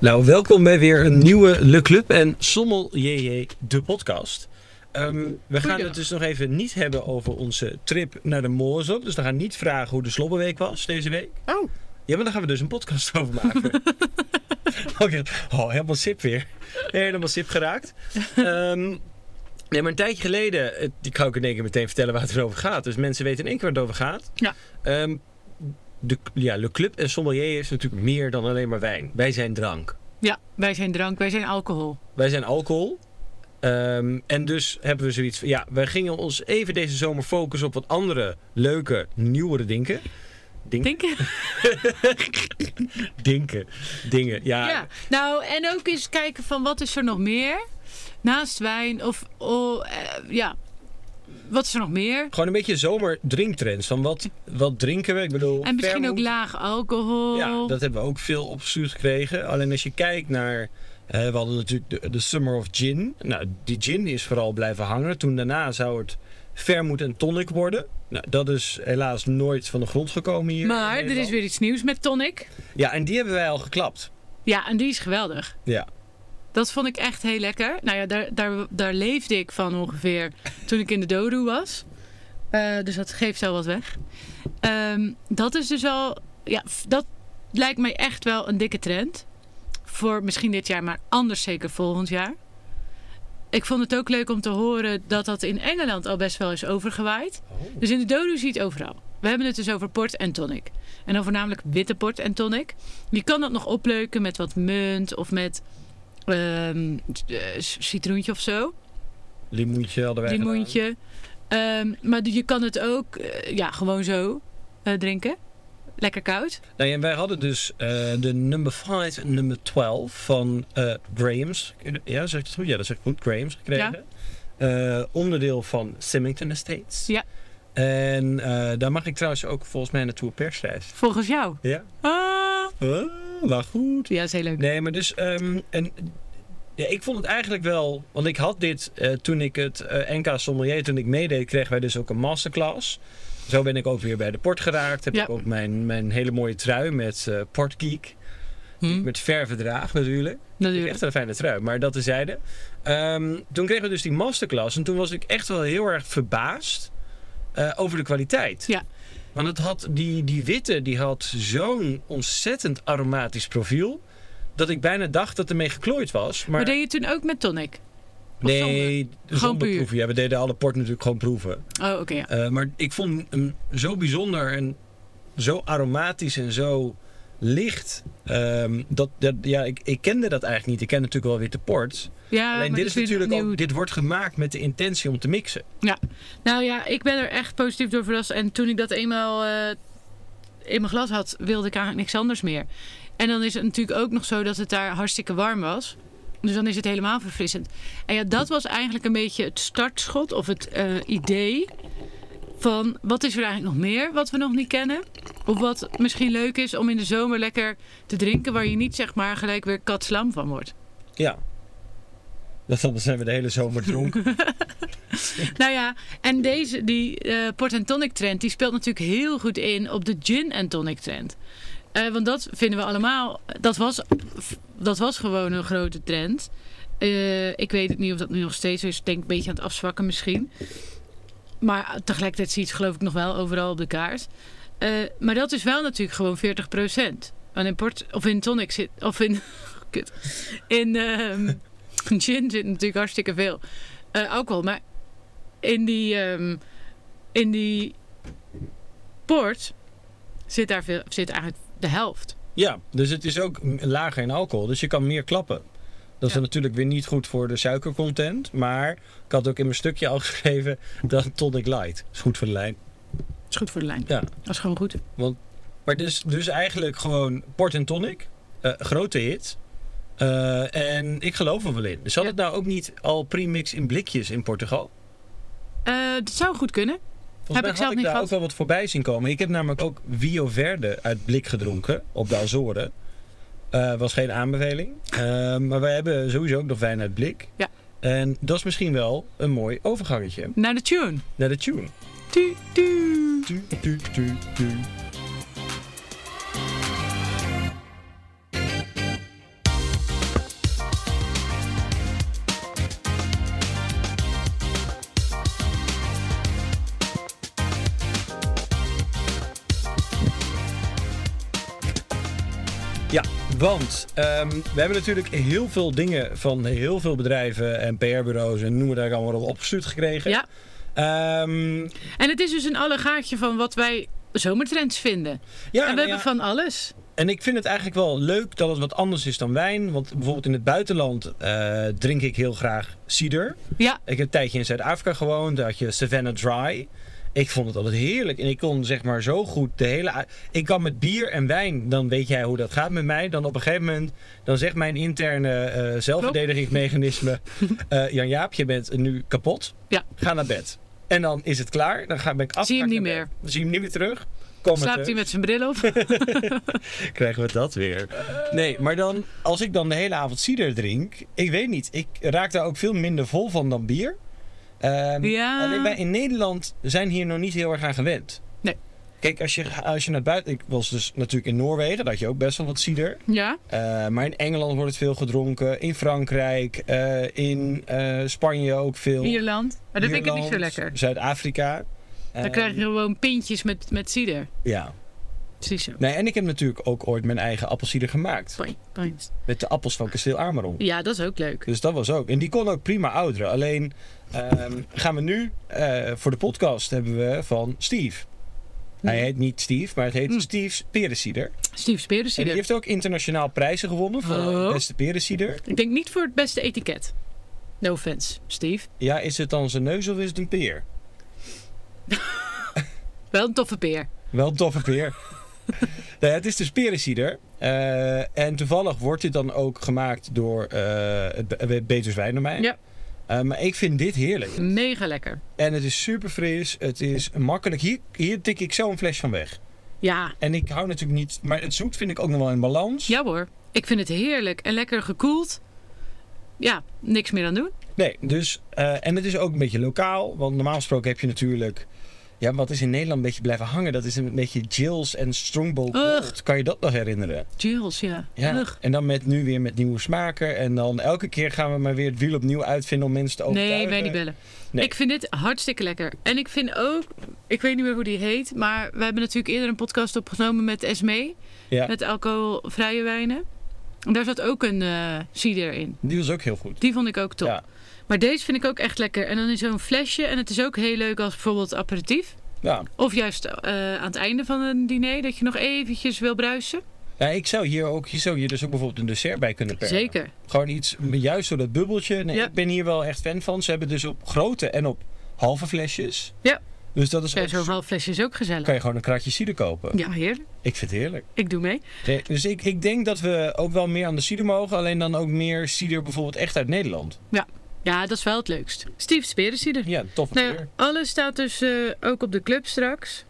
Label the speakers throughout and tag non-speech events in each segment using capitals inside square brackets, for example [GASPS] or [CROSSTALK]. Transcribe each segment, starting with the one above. Speaker 1: Nou, welkom bij weer een nieuwe Le Club en Sommel JJ, de podcast. Ehm, we gaan het dus nog even niet hebben over onze trip naar de Moorzop. Dus we gaan niet vragen hoe de slobbenweek was deze week.
Speaker 2: Oh.
Speaker 1: Ja, maar daar gaan we dus een podcast [LAUGHS] over
Speaker 2: [LAUGHS]
Speaker 1: maken. Oké, Oh, helemaal sip weer. Helemaal sip geraakt. Ehm, nee, maar een tijdje geleden, eh, ik ga ook in één keer meteen vertellen waar het over gaat. Dus mensen weten in één keer waar het over gaat.
Speaker 2: Ja.
Speaker 1: Ehm, de, ja, Le Club en Sommelier is natuurlijk meer dan alleen maar wijn. Wij zijn drank.
Speaker 2: Ja, wij zijn drank, wij zijn alcohol.
Speaker 1: Wij zijn alcohol. Ehm, en dus hebben we zoiets van, ja, wij gingen ons even deze zomer focussen op wat andere, leuke, nieuwere dinken. Dink,
Speaker 2: Denk je?
Speaker 1: Dinken. Dingen. Ja,
Speaker 2: Ja. Nou, en ook eens kijken van wat is er nog meer naast wijn of oh, eh, ja, wat is er nog meer?
Speaker 1: Gewoon een beetje zomerdrinktrends. Van wat, wat drinken we? Ik bedoel,
Speaker 2: En misschien ook
Speaker 1: vermouth.
Speaker 2: laag alcohol.
Speaker 1: Ja, dat hebben we ook veel opgestuurd gekregen. Alleen als je kijkt naar... eh, we hadden natuurlijk de, de Summer of Gin. Nou, die gin is vooral blijven hangen. Toen daarna zou het vermoed en tonic worden. Nou, dat is helaas nooit van de grond gekomen hier.
Speaker 2: maar
Speaker 1: in
Speaker 2: er is
Speaker 1: Nederland.
Speaker 2: weer iets nieuws met tonic.
Speaker 1: Ja, en die hebben wij al geklapt.
Speaker 2: Ja, en die is geweldig.
Speaker 1: Ja.
Speaker 2: Dat vond ik echt heel lekker. Nou ja, daar, daar, daar leefde ik van ongeveer toen ik in de dodo was. Eh, dus dat geeft wel wat weg. Ehm, dat is dus al... Ja, f- dat lijkt mij echt wel een dikke trend. Voor misschien dit jaar, maar anders zeker volgend jaar. Ik vond het ook leuk om te horen dat dat in Engeland al best wel is overgewaaid.
Speaker 1: Oh.
Speaker 2: Dus in de dodo zie je het overal. We hebben het dus over port en tonic. En dan voornamelijk witte port en tonic. Je kan dat nog opleuken met wat munt of met ehm, c- eh, c- citroentje of zo.
Speaker 1: Limoentje hadden wij gedaan.
Speaker 2: Limoentje. Ehm, maar je kan het ook eh, ja, gewoon zo eh, drinken. Lekker koud.
Speaker 1: Nou, ja, en wij hadden dus eh, de nummer 5 en nummer 12 van eh Graham's. Ja, zeg ik het goed? Ja, dat zeg ik goed. Graham's gekregen. Eh, onderdeel van Symington Estates.
Speaker 2: Ja.
Speaker 1: En eh, daar mag ik trouwens ook volgens mij naartoe op persreis.
Speaker 2: Volgens jou.
Speaker 1: Ja.
Speaker 2: Ah.
Speaker 1: Ah, maar goed.
Speaker 2: Ja, is heel leuk.
Speaker 1: Nee, maar dus... ehm, en, ja, ik vond het eigenlijk wel... Want ik had dit eh, toen ik het eh, NK Sommelier... Toen ik meedeed, kregen wij dus ook een masterclass. Zo ben ik ook weer bij de port geraakt. Heb
Speaker 2: Ja.
Speaker 1: ik ook mijn, mijn hele mooie trui met eh Portgeek.
Speaker 2: Hm,
Speaker 1: Met ververdraag natuurlijk. Ik heb
Speaker 2: natuurlijk.
Speaker 1: Echt een fijne trui, maar dat tezijde. Ehm toen kregen we dus die masterclass. En toen was ik echt wel heel erg verbaasd eh, over de kwaliteit.
Speaker 2: Ja.
Speaker 1: Want het had, die, die witte die had zo'n ontzettend aromatisch profiel. Dat ik bijna dacht dat ermee geklooid was. Maar,
Speaker 2: Maar deed je het toen ook met tonic? Of zonder?
Speaker 1: nee, zonder,
Speaker 2: Gewoon puur.
Speaker 1: proeven. Ja, we deden alle port natuurlijk gewoon proeven.
Speaker 2: Oh, oké. ja.
Speaker 1: Eh, maar ik vond hem zo bijzonder en zo aromatisch en zo licht. ehm, dat, dat, ja, ik, ik kende dat eigenlijk niet. Ik ken natuurlijk wel witte port.
Speaker 2: ja,
Speaker 1: Alleen
Speaker 2: maar
Speaker 1: dit
Speaker 2: dat
Speaker 1: is
Speaker 2: weer
Speaker 1: natuurlijk
Speaker 2: opnieuw.
Speaker 1: ook, dit wordt gemaakt met de intentie om te mixen.
Speaker 2: Nou ja, ik ben er echt positief door verrast. En toen ik dat eenmaal eh, in mijn glas had, wilde ik eigenlijk niks anders meer. En dan is het natuurlijk ook nog zo dat het daar hartstikke warm was. Dus dan is het helemaal verfrissend. En ja, dat was eigenlijk een beetje het startschot of het eh, idee van wat is er eigenlijk nog meer wat we nog niet kennen. Of wat misschien leuk is om in de zomer lekker te drinken waar je niet zeg maar gelijk weer katslam van wordt.
Speaker 1: Ja. Dat anders zijn we de hele zomer
Speaker 2: [LAUGHS]
Speaker 1: dronken.
Speaker 2: Nou ja, en deze, die eh, port en tonic trend, die speelt natuurlijk heel goed in op de gin en tonic trend. Eh, want dat vinden we allemaal, dat was, dat was gewoon een grote trend. Eh, ik weet het niet of dat nu nog steeds zo is. Ik denk een beetje aan het afzwakken misschien. Maar tegelijkertijd zie je het geloof ik nog wel overal op de kaart. Eh, maar dat is wel natuurlijk gewoon 40%. Want in port, of in tonic zit, of in, [LAUGHS] kut, in ehm, [LAUGHS] gin zit natuurlijk hartstikke veel eh, alcohol. Maar in die, ehm, in die port zit, daar veel, zit eigenlijk de helft.
Speaker 1: ja, dus het is ook m- lager in alcohol, dus je kan meer klappen. Dat is
Speaker 2: Ja.
Speaker 1: natuurlijk weer niet goed voor de suikercontent. Maar ik had ook in mijn stukje al [LAUGHS] geschreven dat tonic light is goed voor de lijn.
Speaker 2: Dat is goed voor de lijn.
Speaker 1: Ja.
Speaker 2: Dat is gewoon goed.
Speaker 1: Maar dus, dus eigenlijk gewoon port en tonic. eh, grote hit. Eh, en ik geloof er wel in. Dus had
Speaker 2: Ja.
Speaker 1: het nou ook niet al premix in blikjes in Portugal?
Speaker 2: Eh, dat zou goed kunnen.
Speaker 1: Volgens
Speaker 2: Heb
Speaker 1: mij
Speaker 2: ik zelf
Speaker 1: had ik
Speaker 2: niet
Speaker 1: daar
Speaker 2: gehad.
Speaker 1: ook wel wat voorbij zien komen. Ik heb namelijk ook Vio Verde uit blik gedronken op de Azoren. Eh, was geen aanbeveling. Eh, maar wij hebben sowieso ook nog wijn uit blik.
Speaker 2: Ja.
Speaker 1: En dat is misschien wel een mooi overgangetje
Speaker 2: Naar de tune.
Speaker 1: naar de tune.
Speaker 2: Tu, tu.
Speaker 1: Tu, tu, tu, tu. Want ehm, we hebben natuurlijk heel veel dingen van heel veel bedrijven en PR-bureaus en noem maar daar allemaal op opgestuurd gekregen.
Speaker 2: Ja.
Speaker 1: Ehm,
Speaker 2: En het is dus een allegaartje van wat wij zomertrends vinden.
Speaker 1: ja, nou
Speaker 2: en we
Speaker 1: ja,
Speaker 2: hebben van alles.
Speaker 1: En ik vind het eigenlijk wel leuk dat het wat anders is dan wijn. Want bijvoorbeeld in het buitenland eh, drink ik heel graag cider.
Speaker 2: Ja.
Speaker 1: Ik heb een tijdje in Zuid-Afrika gewoond. Daar had je Savannah Dry. Ik vond het altijd heerlijk. En ik kon zeg maar zo goed de hele... a- Ik kan met bier en wijn, dan weet jij hoe dat gaat met mij. Dan op een gegeven moment, dan zegt mijn interne eh zelfverdedigingsmechanisme... eh, Jan Jaap, je bent nu kapot.
Speaker 2: Ja.
Speaker 1: Ga naar bed. En dan is het klaar. Dan ga ben ik af.
Speaker 2: Zie je hem
Speaker 1: ga ik
Speaker 2: niet
Speaker 1: naar bed. Zie je hem niet meer terug. Kom maar
Speaker 2: Slaapt
Speaker 1: terug
Speaker 2: hij met zijn bril op?
Speaker 1: [LAUGHS] krijgen we dat weer. Nee, maar dan, als ik dan de hele avond cider drink, ik weet niet, ik raak daar ook veel minder vol van dan bier. Ehm,
Speaker 2: Ja.
Speaker 1: Alleen wij in Nederland zijn hier nog niet heel erg aan gewend.
Speaker 2: Nee.
Speaker 1: Kijk, als je, als je naar buiten. Ik was dus natuurlijk in Noorwegen, daar had je ook best wel wat cider.
Speaker 2: Ja.
Speaker 1: Eh, maar in Engeland wordt het veel gedronken, in Frankrijk, eh, in eh, Spanje ook veel.
Speaker 2: Ierland. Maar dat vind ik niet zo
Speaker 1: Ierland,
Speaker 2: lekker.
Speaker 1: Zuid-Afrika.
Speaker 2: Dan
Speaker 1: Ehm,
Speaker 2: krijg je gewoon pintjes met, met cider.
Speaker 1: Ja.
Speaker 2: Precies zo.
Speaker 1: Nee, en ik heb natuurlijk ook ooit mijn eigen appelsieder gemaakt.
Speaker 2: Pint, pint.
Speaker 1: Met de appels van Kasteel Ameron.
Speaker 2: Ja, dat is ook leuk.
Speaker 1: Dus dat was ook. En die kon ook prima ouderen. Alleen ehm, gaan we nu eh, voor de podcast hebben we van Steve. Hij heet niet Steve, maar het heet
Speaker 2: Mm.
Speaker 1: Steve's Perensieder.
Speaker 2: Steve
Speaker 1: En die
Speaker 2: Sperensider.
Speaker 1: heeft ook internationaal prijzen gewonnen voor
Speaker 2: Oh.
Speaker 1: beste perensieder.
Speaker 2: Ik denk niet voor het beste etiket. No offense, Steve.
Speaker 1: Ja, is het dan zijn neus of is het een peer?
Speaker 2: Wel een toffe peer.
Speaker 1: Wel een toffe
Speaker 2: [LAUGHS]
Speaker 1: peer. nou ja, het is dus perensieder. Eh, en toevallig wordt dit dan ook gemaakt door eh het Be- Beters Wijnermijn.
Speaker 2: Ja. Mmm.
Speaker 1: Eh, maar ik vind dit heerlijk.
Speaker 2: Mega lekker.
Speaker 1: En het is super fris. Het is makkelijk. Hier, hier tik ik zo een fles van weg.
Speaker 2: Ja,
Speaker 1: En ik hou natuurlijk niet. Maar het zoet vind ik ook nog wel in balans.
Speaker 2: ja hoor. Ik vind het heerlijk en lekker gekoeld. Ja, niks meer aan doen.
Speaker 1: Nee, dus. eh, en het is ook een beetje lokaal. Want normaal gesproken heb je natuurlijk. Ja, wat is in Nederland een beetje blijven hangen? Dat is een beetje Jills en Strongbow Gold.
Speaker 2: Ugh.
Speaker 1: Kan je dat nog herinneren?
Speaker 2: Jills, ja.
Speaker 1: Ja.
Speaker 2: Ugh.
Speaker 1: En dan met nu weer met nieuwe smaken. En dan elke keer gaan we maar weer het wiel opnieuw uitvinden om mensen te overtuigen.
Speaker 2: Nee, wij niet bellen.
Speaker 1: Nee.
Speaker 2: Ik vind dit hartstikke lekker. En ik vind ook, ik weet niet meer hoe die heet, maar we hebben natuurlijk eerder een podcast opgenomen met Esme.
Speaker 1: Ja.
Speaker 2: Met alcoholvrije wijnen. En Daar zat ook een eh cider in.
Speaker 1: Die was ook heel goed.
Speaker 2: Die vond ik ook top.
Speaker 1: Ja.
Speaker 2: Maar deze vind ik ook echt lekker. En dan in zo'n flesje. En het is ook heel leuk als bijvoorbeeld aperitief.
Speaker 1: Ja.
Speaker 2: Of juist eh, aan het einde van een diner dat je nog eventjes wil bruisen.
Speaker 1: ja, ik zou hier ook. Je zou hier dus ook bijvoorbeeld een dessert bij kunnen perken.
Speaker 2: Zeker.
Speaker 1: Gewoon iets, juist door dat bubbeltje. Nee,
Speaker 2: Ja.
Speaker 1: Ik ben hier wel echt fan van. Ze hebben dus op grote en op halve flesjes.
Speaker 2: Ja.
Speaker 1: Dus dat is
Speaker 2: Ja,
Speaker 1: ook
Speaker 2: Zo'n half flesje is ook gezellig.
Speaker 1: kan je gewoon een kratje cider kopen.
Speaker 2: Ja, heer.
Speaker 1: Ik vind het heerlijk.
Speaker 2: Ik doe mee.
Speaker 1: Nee, dus ik, ik denk dat we ook wel meer aan de cider mogen. Alleen dan ook meer cider bijvoorbeeld echt uit Nederland.
Speaker 2: Ja, dat is wel het leukst. Steve Sperensieder.
Speaker 1: Ja, tof
Speaker 2: Nou, ja,
Speaker 1: weer.
Speaker 2: alles staat dus eh, ook op de club straks.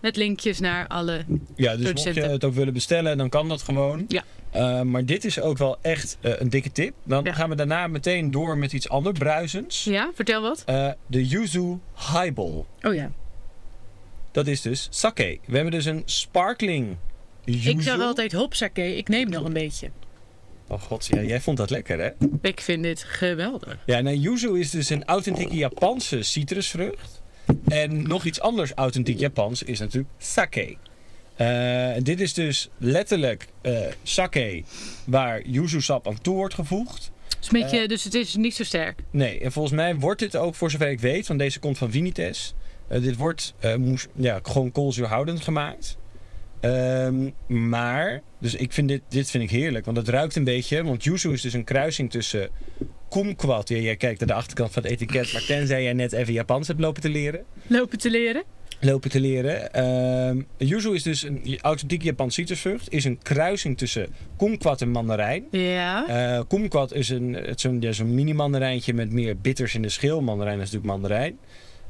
Speaker 2: Met linkjes naar alle.
Speaker 1: Ja, dus mocht je
Speaker 2: producenten.
Speaker 1: het ook willen bestellen, dan kan dat gewoon.
Speaker 2: Ja.
Speaker 1: Eh, maar dit is ook wel echt eh, een dikke tip. Dan
Speaker 2: Ja.
Speaker 1: gaan we daarna meteen door met iets anders bruisends.
Speaker 2: Ja, vertel wat.
Speaker 1: Eh, de Yuzu Highball.
Speaker 2: Oh ja.
Speaker 1: Dat is dus sake. We hebben dus een sparkling Yuzu.
Speaker 2: Ik zeg altijd hopsake, ik neem nog een beetje.
Speaker 1: Oh god, ja, jij vond dat lekker hè?
Speaker 2: Ik vind dit geweldig.
Speaker 1: Ja, nou, yuzu is dus een authentieke Japanse citrusvrucht. En nog iets anders authentiek Japans is natuurlijk sake. Eh, dit is dus letterlijk eh, sake waar yuzu-sap aan toe wordt gevoegd.
Speaker 2: Het is een beetje, dus het is niet zo sterk.
Speaker 1: Nee, en volgens mij wordt dit ook, voor zover ik weet, want deze komt van Vinites. eh, dit wordt eh, moes- ja, gewoon koolzuurhoudend gemaakt. Ehm, maar, dus ik vind dit, dit vind ik heerlijk, want het ruikt een beetje. Want yuzu is dus een kruising tussen kumquat. Ja, jij kijkt naar de achterkant van het etiket, maar tenzij jij net even Japans hebt lopen te leren.
Speaker 2: Lopen te leren.
Speaker 1: Lopen te leren. Ehm, yuzu is dus een authentiek Japanse citrusvrucht. Is een kruising tussen kumquat en mandarijn.
Speaker 2: Ja.
Speaker 1: Eh kumquat is een, het zo'n, ja, zo'n mini-mandarijntje met meer bitters in de schil. Mandarijn is natuurlijk mandarijn.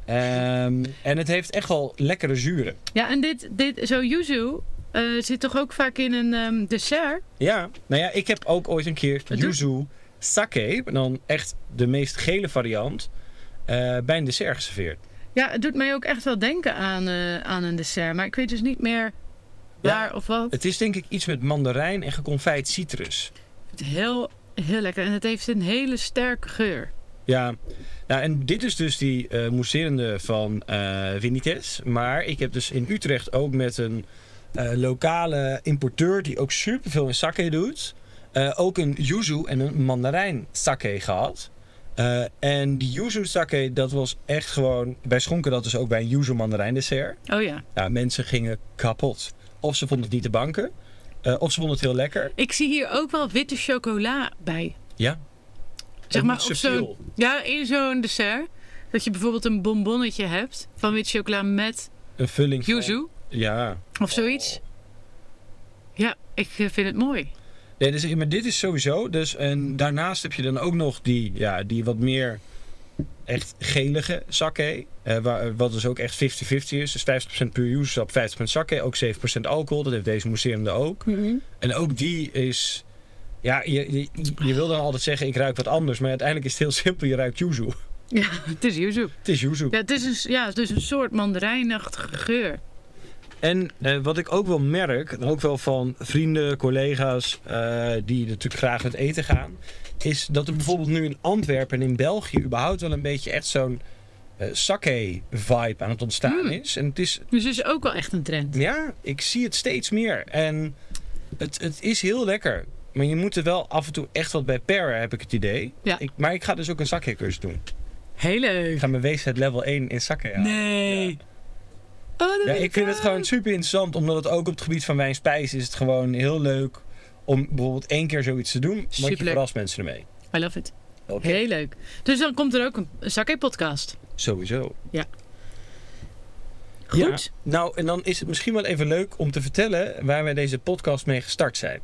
Speaker 1: Ehm, en het heeft echt wel lekkere zuren.
Speaker 2: Ja, en dit, dit zo yuzu eh, zit toch ook vaak in een ehm, dessert?
Speaker 1: Ja, nou ja, ik heb ook ooit een keer
Speaker 2: doet-
Speaker 1: yuzu sake, maar dan echt de meest gele variant, eh, bij een dessert geserveerd.
Speaker 2: Ja, het doet mij ook echt wel denken aan, eh, aan een dessert. Maar ik weet dus niet meer
Speaker 1: Ja.
Speaker 2: waar of wat.
Speaker 1: Het is denk ik iets met mandarijn en geconfijt citrus.
Speaker 2: Het is heel, heel lekker. En het heeft een hele sterke geur.
Speaker 1: Ja, nou, en dit is dus die eh mousserende van eh Vinites. Maar ik heb dus in Utrecht ook met een eh, lokale importeur die ook superveel in sake doet. eh, ook een yuzu en een mandarijn sake gehad. Eh, en die yuzu sake, dat was echt gewoon... Wij schonken dat dus ook bij een yuzu mandarijn dessert.
Speaker 2: Oh ja.
Speaker 1: Ja, mensen gingen kapot. Of ze vonden het niet te banken. eh, of ze vonden het heel lekker.
Speaker 2: Ik zie hier ook wel witte chocola bij.
Speaker 1: Ja.
Speaker 2: Zeg
Speaker 1: Ook
Speaker 2: maar
Speaker 1: niet
Speaker 2: op
Speaker 1: subtiel.
Speaker 2: zo'n, ja, in zo'n dessert. Dat je bijvoorbeeld een bonbonnetje hebt van witte chocola met
Speaker 1: Een vulling van-
Speaker 2: yuzu
Speaker 1: Ja.
Speaker 2: of zoiets. Ja, ik eh, vind het mooi.
Speaker 1: Nee, dus, maar dit is sowieso. Dus, en daarnaast heb je dan ook nog die, ja, die wat meer echt gelige sake. eh, waar, wat dus ook echt 50-50 is. Dus 50% puur yuzu-sap, 50% sake. Ook 7% alcohol. Dat heeft deze mousserende ook.
Speaker 2: Mm-hmm.
Speaker 1: En ook die is... Ja, je, je, je wil dan altijd zeggen, ik ruik wat anders. Maar uiteindelijk is het heel simpel. Je ruikt yuzu.
Speaker 2: Ja, [LAUGHS] het is yuzu.
Speaker 1: [LAUGHS] Het is yuzu.
Speaker 2: Ja, het is een, s- ja, het is een soort mandarijnachtige geur.
Speaker 1: En eh, wat ik ook wel merk, en ook wel van vrienden, collega's eh, die natuurlijk graag uit eten gaan, is dat er bijvoorbeeld nu in Antwerpen en in België überhaupt wel een beetje echt zo'n eh sake-vibe aan het ontstaan
Speaker 2: Hmm.
Speaker 1: is. En het is,
Speaker 2: Dus het is ook wel echt een trend.
Speaker 1: ja, ik zie het steeds meer. En het, het is heel lekker. Maar je moet er wel af en toe echt wat bij paren, heb ik het idee.
Speaker 2: Ja.
Speaker 1: Ik, maar ik ga dus ook een sake-cursus doen.
Speaker 2: Heel leuk.
Speaker 1: Ik ga mijn weesheid level 1 in sake halen.
Speaker 2: Nee.
Speaker 1: Ja.
Speaker 2: Oh, dat
Speaker 1: Ja,
Speaker 2: wil
Speaker 1: ik vind het
Speaker 2: ook.
Speaker 1: gewoon super interessant, omdat het ook op het gebied van wijn spijs is het gewoon heel leuk om bijvoorbeeld één keer zoiets te doen, want je
Speaker 2: Superleuk.
Speaker 1: verrast mensen ermee.
Speaker 2: I love it.
Speaker 1: Oké.
Speaker 2: Heel leuk. Dus dan komt er ook een, een sake-podcast.
Speaker 1: Sowieso.
Speaker 2: Goed.
Speaker 1: Nou, en dan is het misschien wel even leuk om te vertellen waar wij deze podcast mee gestart zijn.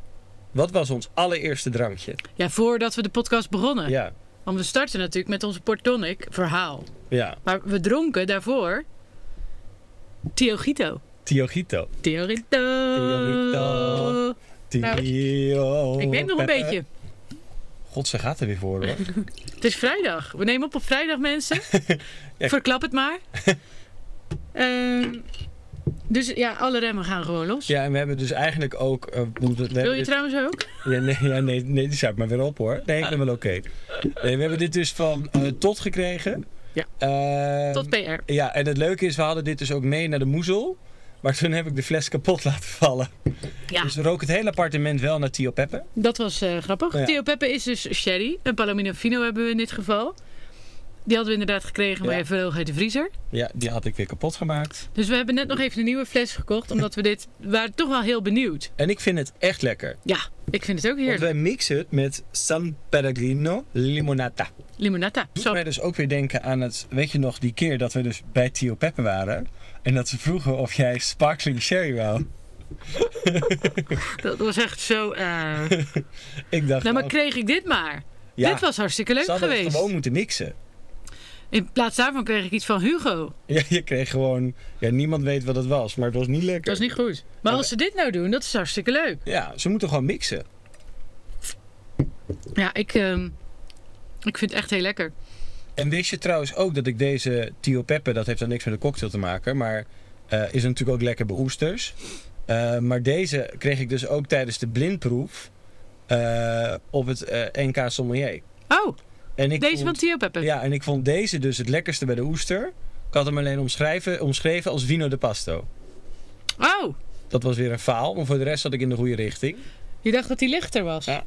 Speaker 1: Wat was ons allereerste drankje?
Speaker 2: Ja. voordat we de podcast begonnen.
Speaker 1: Ja,
Speaker 2: Want we starten natuurlijk met onze Portonic verhaal.
Speaker 1: ja.
Speaker 2: Maar we dronken daarvoor Tiogito.
Speaker 1: Tiogito.
Speaker 2: Tiogito.
Speaker 1: Tiogito. Tio.
Speaker 2: Nou, Ik neem nog een beetje.
Speaker 1: God, ze gaat er weer voor
Speaker 2: [LAUGHS]
Speaker 1: hoor.
Speaker 2: Het is vrijdag. We nemen op op vrijdag, mensen.
Speaker 1: [LAUGHS] Ja.
Speaker 2: Verklap het
Speaker 1: [LAUGHS]
Speaker 2: maar. Ehm, dus ja, alle remmen gaan gewoon los.
Speaker 1: Ja, en we hebben dus eigenlijk ook... eh, we- we- we
Speaker 2: Wil
Speaker 1: hebben
Speaker 2: je
Speaker 1: dit-
Speaker 2: trouwens ook?
Speaker 1: Ja, nee, ja, nee, nee die staat maar weer op hoor. Nee, ik ben wel oké. Nee, we hebben dit dus van eh, Tot gekregen.
Speaker 2: Ja.
Speaker 1: Ehm,
Speaker 2: Tot PR.
Speaker 1: Ja, en het leuke is, we hadden dit dus ook mee naar de moezel. Maar toen heb ik de fles kapot laten vallen.
Speaker 2: Ja,
Speaker 1: Dus rook het hele appartement wel naar Tio Peppe.
Speaker 2: dat was eh, grappig.
Speaker 1: Ja.
Speaker 2: Theo Peppe is dus sherry. Een Palomino Fino hebben we in dit geval. Die hadden we inderdaad gekregen
Speaker 1: Ja.
Speaker 2: bij Verhoog uit de vriezer.
Speaker 1: Ja, die had ik weer kapot gemaakt.
Speaker 2: Dus we hebben net nog even een nieuwe fles gekocht. Omdat we dit... We waren toch wel heel benieuwd.
Speaker 1: En ik vind het echt lekker.
Speaker 2: Ja, ik vind het ook
Speaker 1: Want wij
Speaker 2: heerlijk.
Speaker 1: mixen het met San Pellegrino Limonata.
Speaker 2: Limonata.
Speaker 1: Doet
Speaker 2: Zo.
Speaker 1: mij dus ook weer denken aan het... Weet je nog die keer dat we dus bij Tio Peppe waren? En dat ze vroegen of jij sparkling sherry wou.
Speaker 2: Dat was echt zo... eh,
Speaker 1: [LAUGHS] Ik dacht...
Speaker 2: Nou, maar
Speaker 1: oh,
Speaker 2: kreeg ik dit maar.
Speaker 1: ja,
Speaker 2: Dit was hartstikke leuk
Speaker 1: ze hadden het
Speaker 2: geweest.
Speaker 1: gewoon moeten mixen. [LAUGHS]
Speaker 2: In plaats daarvan kreeg ik iets van Hugo.
Speaker 1: Ja, je kreeg gewoon... Ja, niemand weet wat het was, maar het was niet lekker.
Speaker 2: Dat is niet goed. Maar als ze dit nou doen, dat is hartstikke leuk.
Speaker 1: Ja, ze moeten gewoon mixen.
Speaker 2: Ja, ik, ehm, ik vind het echt heel lekker.
Speaker 1: En wist je trouwens ook dat ik deze Tio Peppe... Dat heeft dan niks met de cocktail te maken, maar... eh, is natuurlijk ook lekker bij oesters. Eh, maar deze kreeg ik dus ook tijdens de blindproef... eh, op het eh, NK Sommelier.
Speaker 2: Oh,
Speaker 1: En ik
Speaker 2: deze van
Speaker 1: vond,
Speaker 2: Theo Peppe.
Speaker 1: Ja, en ik vond deze dus het lekkerste bij de oester. Ik had hem alleen omschrijven, omschreven als vino de pasto.
Speaker 2: Oh,
Speaker 1: Dat was weer een faal, maar voor de rest zat ik in de goede richting.
Speaker 2: je dacht dat die lichter was.
Speaker 1: Ja.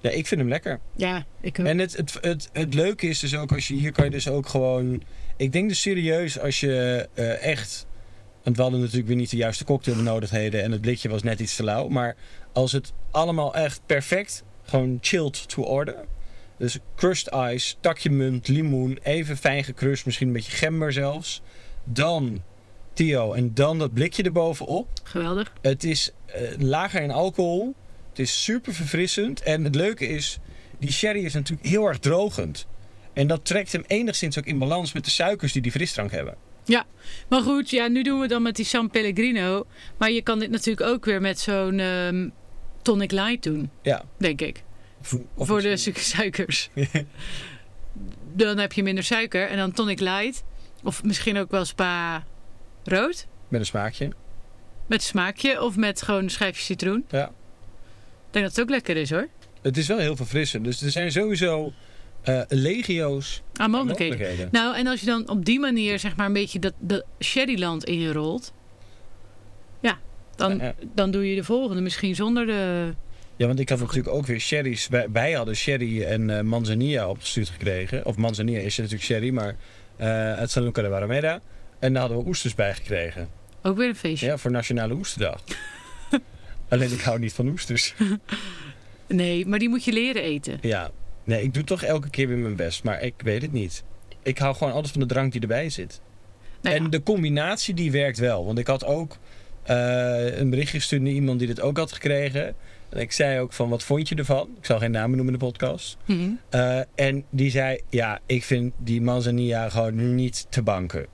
Speaker 1: Ja, ik vind hem lekker.
Speaker 2: Ja, ik ook.
Speaker 1: En het, het, het, het leuke is dus ook, als je, hier kan je dus ook gewoon... Ik denk dus serieus, als je eh, echt... Want we hadden natuurlijk weer niet de juiste cocktailbenodigdheden... en het blikje was net iets te lauw. Maar als het allemaal echt perfect, gewoon chilled to order... Dus crushed ice, takje munt, limoen, even fijn gecrust, misschien een beetje gember zelfs. Dan Tio en dan dat blikje erbovenop.
Speaker 2: Geweldig.
Speaker 1: Het is eh, lager in alcohol. Het is super verfrissend. En het leuke is, die sherry is natuurlijk heel erg drogend. En dat trekt hem enigszins ook in balans met de suikers die die frisdrank hebben.
Speaker 2: Maar goed, ja, nu doen we het dan met die San Pellegrino. Maar je kan dit natuurlijk ook weer met zo'n ehm, tonic light doen,
Speaker 1: Ja.
Speaker 2: denk ik.
Speaker 1: Of- of
Speaker 2: voor de [LAUGHS]
Speaker 1: misschien- [LAUGHS]
Speaker 2: su- suikers. dan heb je minder suiker en dan tonic light. Of misschien ook wel spa rood.
Speaker 1: Met een smaakje.
Speaker 2: Met smaakje of met gewoon een schijfje citroen.
Speaker 1: Ja.
Speaker 2: Ik denk dat het ook lekker is hoor. Ah,
Speaker 1: Het is wel heel verfrissend. Dus er zijn sowieso eh, legio's aan
Speaker 2: Aan mogelijkheden.
Speaker 1: mogelijkheden.
Speaker 2: Nou, en als je dan op die manier zeg maar een beetje dat, dat sherryland in je rolt. Ja, Dan,
Speaker 1: Ja.
Speaker 2: dan doe je de volgende misschien zonder de...
Speaker 1: Ja, want ik had natuurlijk ook weer sherry's. Wij, wij hadden sherry en eh manzanilla opgestuurd gekregen. Of manzanilla is natuurlijk sherry, maar eh het San Luca de Barrameda. En daar hadden we oesters bij gekregen.
Speaker 2: Ook weer een feestje.
Speaker 1: Ja, voor Nationale [LAUGHS] Oesterdag. Alleen ik hou niet van oesters.
Speaker 2: Nee, maar die moet je leren eten.
Speaker 1: Ja, nee, ik doe toch elke keer weer mijn best, maar ik weet het niet. Ik hou gewoon altijd van de drank die erbij zit.
Speaker 2: Nou ja,
Speaker 1: En de combinatie die werkt wel. Want ik had ook eh, een berichtje gestuurd naar iemand die dit ook had gekregen. En ik zei ook van, wat vond je ervan? Ik zal geen namen noemen in de podcast.
Speaker 2: mhm.
Speaker 1: Eh, en die zei, ja, ik vind die manzanilla gewoon niet te banken.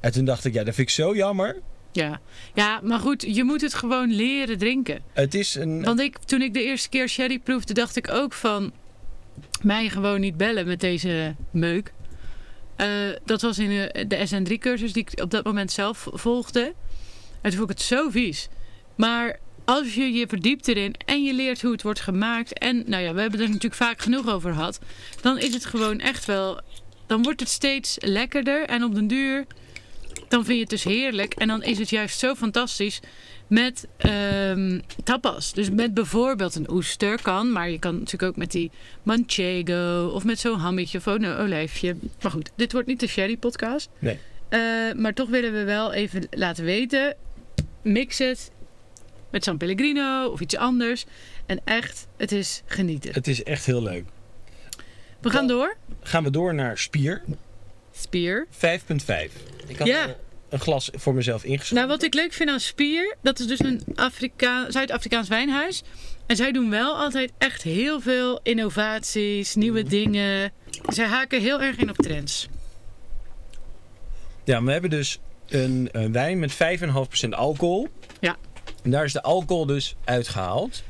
Speaker 1: En toen dacht ik, ja, dat vind ik zo jammer.
Speaker 2: ja. ja, maar goed, je moet het gewoon leren drinken.
Speaker 1: Het is een...
Speaker 2: Want ik, toen ik de eerste keer sherry proefde, dacht ik ook van... Mij gewoon niet bellen met deze meuk. Eh, dat was in eh, de SN3-cursus die ik op dat moment zelf volgde. En toen vond ik het zo vies. Maar als je je verdiept erin en je leert hoe het wordt gemaakt... en nou ja, we hebben er natuurlijk vaak genoeg over gehad... dan is het gewoon echt wel... dan wordt het steeds lekkerder en op den duur... dan vind je het dus heerlijk. En dan is het juist zo fantastisch met ehm, tapas. Dus met bijvoorbeeld een oester kan, maar je kan natuurlijk ook met die manchego of met zo'n hammetje of een olijfje. Maar goed, dit wordt niet de sherry podcast.
Speaker 1: Nee.
Speaker 2: Eh, maar toch willen we wel even laten weten, mix het met San Pellegrino of iets anders. En echt, het is genieten.
Speaker 1: Het is echt heel leuk.
Speaker 2: We gaan door.
Speaker 1: Gaan we door naar Spier 5.5.
Speaker 2: Spier.
Speaker 1: Ik had
Speaker 2: Ja.
Speaker 1: al een glas voor mezelf ingeschonken.
Speaker 2: Nou, wat ik leuk vind aan Spier, dat is dus een Afrika Zuid-Afrikaans wijnhuis. En zij doen wel altijd echt heel veel innovaties,
Speaker 1: Mhm.
Speaker 2: nieuwe dingen. Zij haken heel erg in op trends.
Speaker 1: Ja, maar we hebben dus een, een wijn met 5,5% alcohol.
Speaker 2: Ja.
Speaker 1: En daar is de alcohol dus uitgehaald.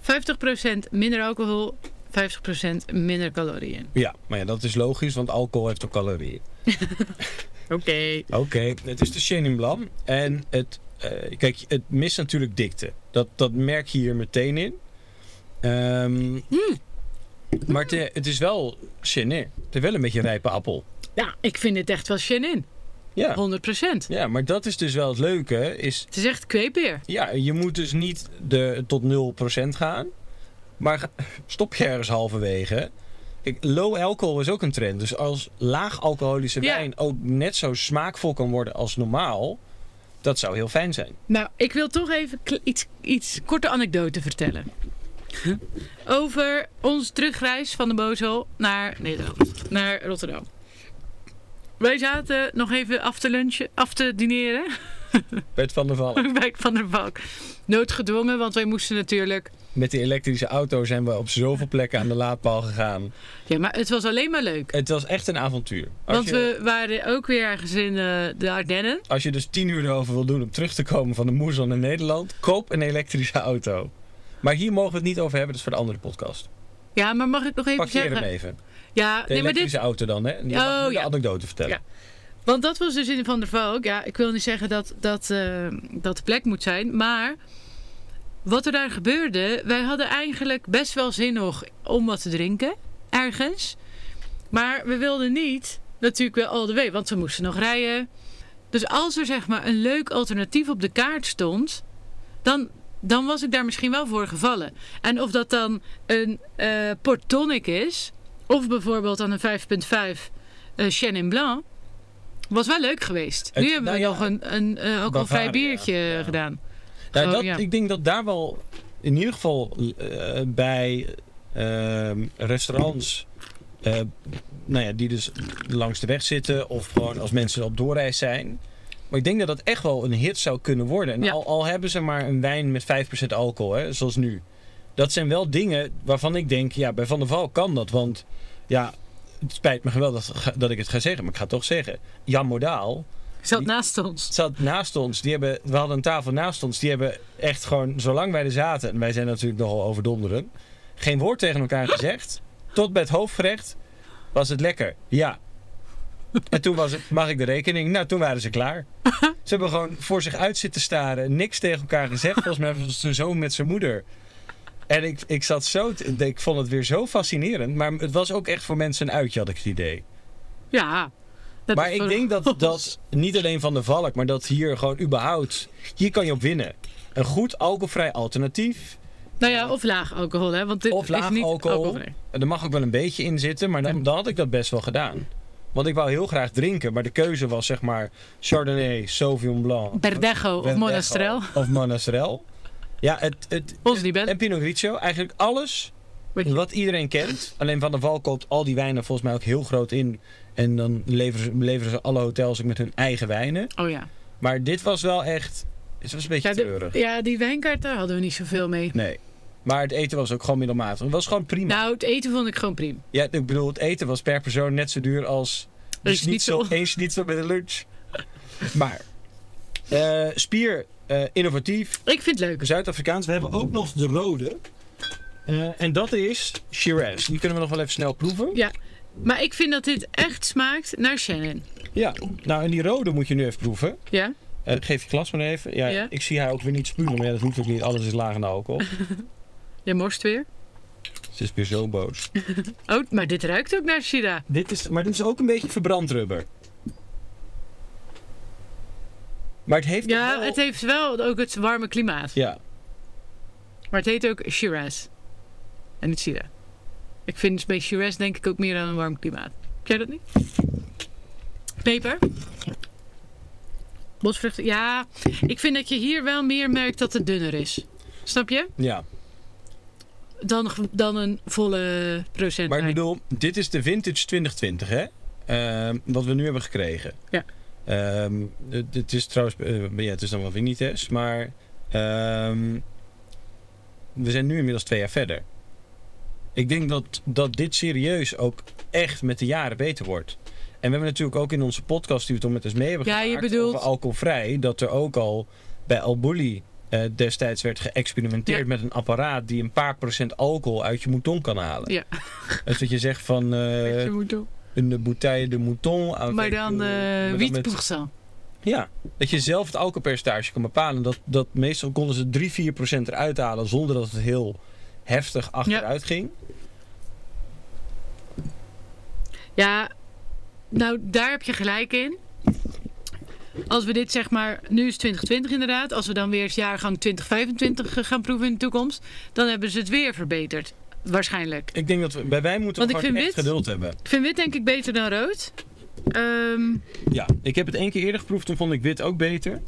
Speaker 2: 50% minder alcohol, 50% minder calorieën.
Speaker 1: Ja, maar ja, dat is logisch, want alcohol heeft ook calorieën.
Speaker 2: Oké.
Speaker 1: Oké, het is de Chenin Blanc. En het, eh, kijk, het mist natuurlijk dikte. Dat, dat merk je hier meteen in. Ehm, Maar het, eh, het is wel Chenin. Het is wel een beetje een rijpe appel.
Speaker 2: Ja, ik vind dit echt wel Chenin.
Speaker 1: Ja.
Speaker 2: 100%.
Speaker 1: ja, maar dat is dus wel het leuke. Is,
Speaker 2: Het is echt kweepeer.
Speaker 1: ja, je moet dus niet de, tot 0% gaan. Maar ga- stop je ergens halverwege. Kijk, low alcohol is ook een trend. Dus als laag alcoholische
Speaker 2: Ja.
Speaker 1: wijn ook net zo smaakvol kan worden als normaal. Dat zou heel fijn zijn.
Speaker 2: Nou, ik wil toch even kle- iets, iets korte anekdote vertellen. Over onze terugreis van de Bozel naar Nederland, naar Rotterdam. Wij zaten nog even af te lunchen, af te dineren
Speaker 1: Bert van der
Speaker 2: [LAUGHS]
Speaker 1: Valk.
Speaker 2: bij Van der Valk. Noodgedwongen, want wij moesten natuurlijk...
Speaker 1: Met die elektrische auto zijn we op zoveel plekken aan de laadpaal gegaan.
Speaker 2: Ja, maar het was alleen maar leuk.
Speaker 1: Het was echt een avontuur. Als,
Speaker 2: Want
Speaker 1: je,
Speaker 2: we waren ook weer ergens in eh, de Ardennen.
Speaker 1: als je dus tien uur erover wil doen om terug te komen van de moezel naar Nederland, koop een elektrische auto. Maar hier mogen we het niet over hebben, dat is voor de andere podcast.
Speaker 2: Ja, maar mag ik nog even
Speaker 1: Pak je hem
Speaker 2: zeggen...
Speaker 1: even.
Speaker 2: Ja,
Speaker 1: De
Speaker 2: nee, maar dit,
Speaker 1: elektrische auto dan, hè? Die
Speaker 2: Oh,
Speaker 1: mag nu
Speaker 2: ja.
Speaker 1: de anekdote vertellen.
Speaker 2: Ja. Want dat was dus in Van der Valk. Ja, ik wil niet zeggen dat dat, eh, dat de plek moet zijn. Maar wat er daar gebeurde... Wij hadden eigenlijk best wel zin nog om wat te drinken. Ergens. Maar we wilden niet natuurlijk wel all the way. Want we moesten nog rijden. Dus als er zeg maar een leuk alternatief op de kaart stond... Dan, dan was ik daar misschien wel voor gevallen. En of dat dan een eh port tonic is... Of bijvoorbeeld aan een 5.5 eh Chenin Blanc... Was wel leuk geweest.
Speaker 1: Het-
Speaker 2: nu hebben we
Speaker 1: nou ja,
Speaker 2: nog een, een eh, alcoholvrij
Speaker 1: Bavaria,
Speaker 2: biertje
Speaker 1: ja.
Speaker 2: gedaan.
Speaker 1: Nou,
Speaker 2: Oh,
Speaker 1: dat,
Speaker 2: ja.
Speaker 1: Ik denk dat daar wel in ieder geval eh, bij ehm, restaurants. eh, nou ja, die dus langs de weg zitten. Of gewoon als mensen op doorreis zijn. Maar ik denk dat dat echt wel een hit zou kunnen worden. En
Speaker 2: Ja.
Speaker 1: al, al hebben ze maar een wijn met 5% alcohol, hè, zoals nu. Dat zijn wel dingen waarvan ik denk, ja, bij Van der Val kan dat. Want ja, het spijt me geweldig dat, dat ik het ga zeggen. Maar ik ga het toch zeggen. Jan Modaal
Speaker 2: Zat
Speaker 1: Die-
Speaker 2: naast ons.
Speaker 1: zat naast ons. Die hebben, we hadden een tafel naast ons. Die hebben echt gewoon, zolang wij er zaten, en wij zijn natuurlijk nogal overdonderen, geen woord tegen elkaar gezegd. Tot bij het hoofdgerecht was het lekker. Ja. En toen was het, mag ik de rekening? Nou, toen waren ze klaar. Ze hebben gewoon voor zich uit zitten staren. Niks tegen elkaar gezegd. Volgens mij was ze zo met zijn moeder. En ik, ik zat zo, te- ik vond het weer zo fascinerend. Maar het was ook echt voor mensen een uitje, had ik het idee.
Speaker 2: Ja, [LAUGHS] Dat
Speaker 1: maar
Speaker 2: is
Speaker 1: ik
Speaker 2: voor-
Speaker 1: denk dat, dat niet alleen van de valk, maar dat hier gewoon überhaupt. Hier kan je op winnen. Een goed alcoholvrij alternatief.
Speaker 2: Nou ja, of laag alcohol, hè? Want dit
Speaker 1: Of laag
Speaker 2: is niet
Speaker 1: alcohol.
Speaker 2: alcoholvrij.
Speaker 1: Er mag ook wel een beetje in zitten, maar dan, dan had ik dat best wel gedaan. Want ik wou heel graag drinken, maar de keuze was zeg maar Chardonnay, Sauvignon Blanc.
Speaker 2: Berdejo of
Speaker 1: Verdejo
Speaker 2: Monastrell.
Speaker 1: Of Monastrel. Ja, het, het,
Speaker 2: Ons die bent.
Speaker 1: en Pinot Grigio. Eigenlijk alles
Speaker 2: Weet je.
Speaker 1: wat iedereen kent. Alleen Van der Val koopt al die wijnen volgens mij ook heel groot in. En dan leveren ze, leveren ze alle hotels ook met hun eigen wijnen.
Speaker 2: Oh ja.
Speaker 1: Maar dit was wel echt. Het was een beetje
Speaker 2: Ja, de-
Speaker 1: treurig.
Speaker 2: ja, die wijnkaart, daar hadden we niet zoveel mee.
Speaker 1: Nee. Maar het eten was ook gewoon middelmatig. Het was gewoon prima.
Speaker 2: Nou, het eten vond ik gewoon prima.
Speaker 1: Ja, ik bedoel, het eten was per persoon net zo duur als.
Speaker 2: Een schnitzel.
Speaker 1: Eens niet zo met een
Speaker 2: [LAUGHS]
Speaker 1: lunch. maar. eh, spier, eh, innovatief,
Speaker 2: Ik vind het leuk.
Speaker 1: Zuid-Afrikaans. We hebben ook nog de rode. Eh, en dat is Shiraz. Die kunnen we nog wel even snel proeven.
Speaker 2: Maar ik vind dat dit echt smaakt naar Shannon.
Speaker 1: Ja, nou en die rode moet je nu even proeven.
Speaker 2: Ja?
Speaker 1: Eh, geef je glas maar even. Ja,
Speaker 2: Ja.
Speaker 1: Ik zie haar ook weer niet spugen, maar ja, dat hoeft ook niet. Alles is laag aan
Speaker 2: [LAUGHS]
Speaker 1: alcohol.
Speaker 2: Je morst weer.
Speaker 1: Ze is weer zo boos.
Speaker 2: Oh, maar dit ruikt ook naar Shira.
Speaker 1: Dit is, maar dit is ook een beetje verbrand rubber. Maar het heeft
Speaker 2: Ja,
Speaker 1: wel-
Speaker 2: het heeft wel ook het warme klimaat.
Speaker 1: Ja,
Speaker 2: Maar het heet ook Shiraz. En niet Sira. Ik vind bij Shiraz denk ik ook meer aan een warm klimaat. Heb jij dat niet? Peper? Bosvruchten? Ja, ik vind dat je hier wel meer merkt dat het dunner is. Snap je?
Speaker 1: ja.
Speaker 2: Dan, dan een volle procent.
Speaker 1: Maar ik bedoel, dit is de vintage 2020, hè? Ehm, wat we nu hebben gekregen.
Speaker 2: Ja.
Speaker 1: Ehm, het- het is trouwens, eh, ja, het is dan wel weer niet test, maar ehm, we zijn nu inmiddels twee jaar verder. Ik denk dat, dat dit serieus ook echt met de jaren beter wordt. En we hebben natuurlijk ook in onze podcast die we toen met ons mee hebben
Speaker 2: Ja, je
Speaker 1: gemaakt
Speaker 2: bedoelt-
Speaker 1: over alcoholvrij, dat er ook al bij Albuli eh destijds werd geëxperimenteerd
Speaker 2: Ja.
Speaker 1: met een apparaat die een paar procent alcohol uit je mouton kan halen.
Speaker 2: Ja.
Speaker 1: Dus dat je zegt van eh een bouteille de mouton. aan-
Speaker 2: maar dan
Speaker 1: eh, maar
Speaker 2: eh
Speaker 1: dan met-
Speaker 2: wietpoegsel.
Speaker 1: Ja, dat je zelf het alcoholpercentage kan bepalen. Dat, dat meestal konden ze 3, 4 procent eruit halen zonder dat het heel heftig achteruit ging.
Speaker 2: Ja, nou daar heb je gelijk in. Als we dit zeg maar, nu is 2020 inderdaad, als we dan weer het jaargang 2025 gaan proeven in de toekomst, dan hebben ze het weer verbeterd. Waarschijnlijk.
Speaker 1: Ik denk dat we, bij wij moeten we
Speaker 2: Want ik
Speaker 1: gewoon echt
Speaker 2: vind wit-
Speaker 1: geduld hebben.
Speaker 2: Ik vind wit denk ik beter dan rood. Ehm,
Speaker 1: Ja, ik heb het één keer eerder geproefd, toen vond ik wit ook beter.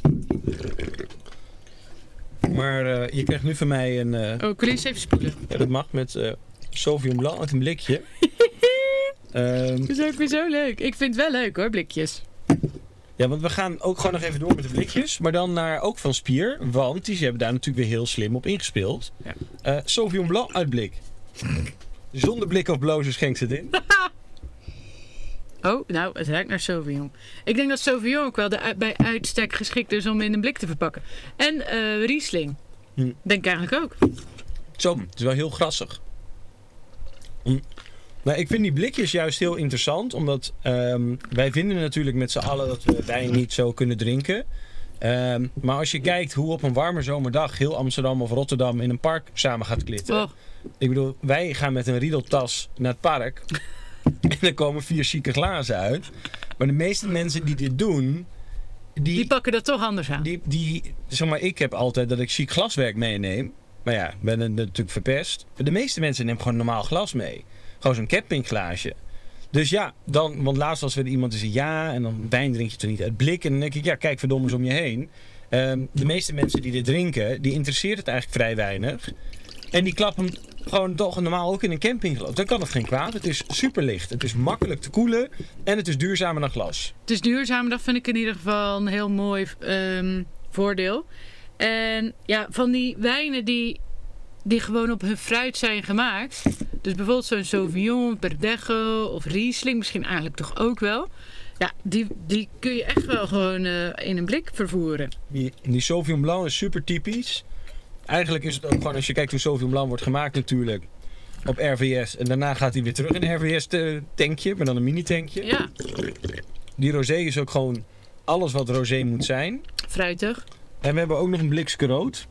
Speaker 1: Maar eh, je krijgt nu van mij een, eh,
Speaker 2: oh, Colin is even spoelen.
Speaker 1: ja, dat mag met eh Sauvignon Blanc uit een blikje. Ehm,
Speaker 2: Dat is ook weer zo leuk. Ik vind het wel leuk hoor, blikjes.
Speaker 1: Ja, want we gaan ook gewoon nog even door met de blikjes. Maar dan naar ook van Spier. Want die hebben daar natuurlijk weer heel slim op ingespeeld.
Speaker 2: Ja.
Speaker 1: Eh, Sauvignon Blanc uitblik. Zonder blik of blozen schenkt ze het in.
Speaker 2: Oh, nou, het ruikt naar Sauvignon. Ik denk dat Sauvignon ook wel de, u- bij uitstek geschikt is om in een blik te verpakken. En eh Riesling.
Speaker 1: Hm.
Speaker 2: Denk ik eigenlijk ook.
Speaker 1: Zo, het is wel heel grassig. Mm. Nou, ik vind die blikjes juist heel interessant. Omdat ehm, wij vinden natuurlijk met z'n allen dat we wijn niet zo kunnen drinken. Ehm, maar als je kijkt hoe op een warme zomerdag heel Amsterdam of Rotterdam in een park samen gaat klitten.
Speaker 2: Oh,
Speaker 1: Ik bedoel, wij gaan met een riedeltas naar het park. [LAUGHS] en er komen vier chique glazen uit. Maar de meeste mensen die dit doen,
Speaker 2: die
Speaker 1: die,
Speaker 2: pakken dat toch anders aan.
Speaker 1: die, die, zeg maar, ik heb altijd dat ik chic glaswerk meeneem. Maar ja, ik ben het natuurlijk verpest. Maar de meeste mensen nemen gewoon normaal glas mee. Gewoon zo'n campingglaasje. Dus ja, dan, want laatst was er iemand die zei ja, en dan wijn drink je toch niet uit blik. En dan denk ik, ja, kijk verdomme eens om je heen. Ehm, de meeste mensen die dit drinken, die interesseert het eigenlijk vrij weinig. En die klappen hem gewoon toch normaal ook in een campingglas. Dan kan het geen kwaad. Het is superlicht, het is makkelijk te koelen en het is duurzamer dan glas.
Speaker 2: Het is duurzaam, dat vind ik in ieder geval een heel mooi ehm, voordeel. En ja, van die wijnen die, die gewoon op hun fruit zijn gemaakt. Dus bijvoorbeeld zo'n Sauvignon, Verdejo of Riesling, misschien eigenlijk toch ook wel. Ja, die, die kun je echt wel gewoon eh, in een blik vervoeren.
Speaker 1: Die, die Sauvignon Blanc is super typisch. Eigenlijk is het ook gewoon, als je kijkt hoe Sauvignon Blanc wordt gemaakt natuurlijk. Op RVS. En daarna gaat hij weer terug in een RVS-tankje. Maar dan een mini-tankje.
Speaker 2: Ja,
Speaker 1: Die rosé is ook gewoon alles wat rosé moet zijn.
Speaker 2: fruitig.
Speaker 1: En we hebben ook nog een blikskroot.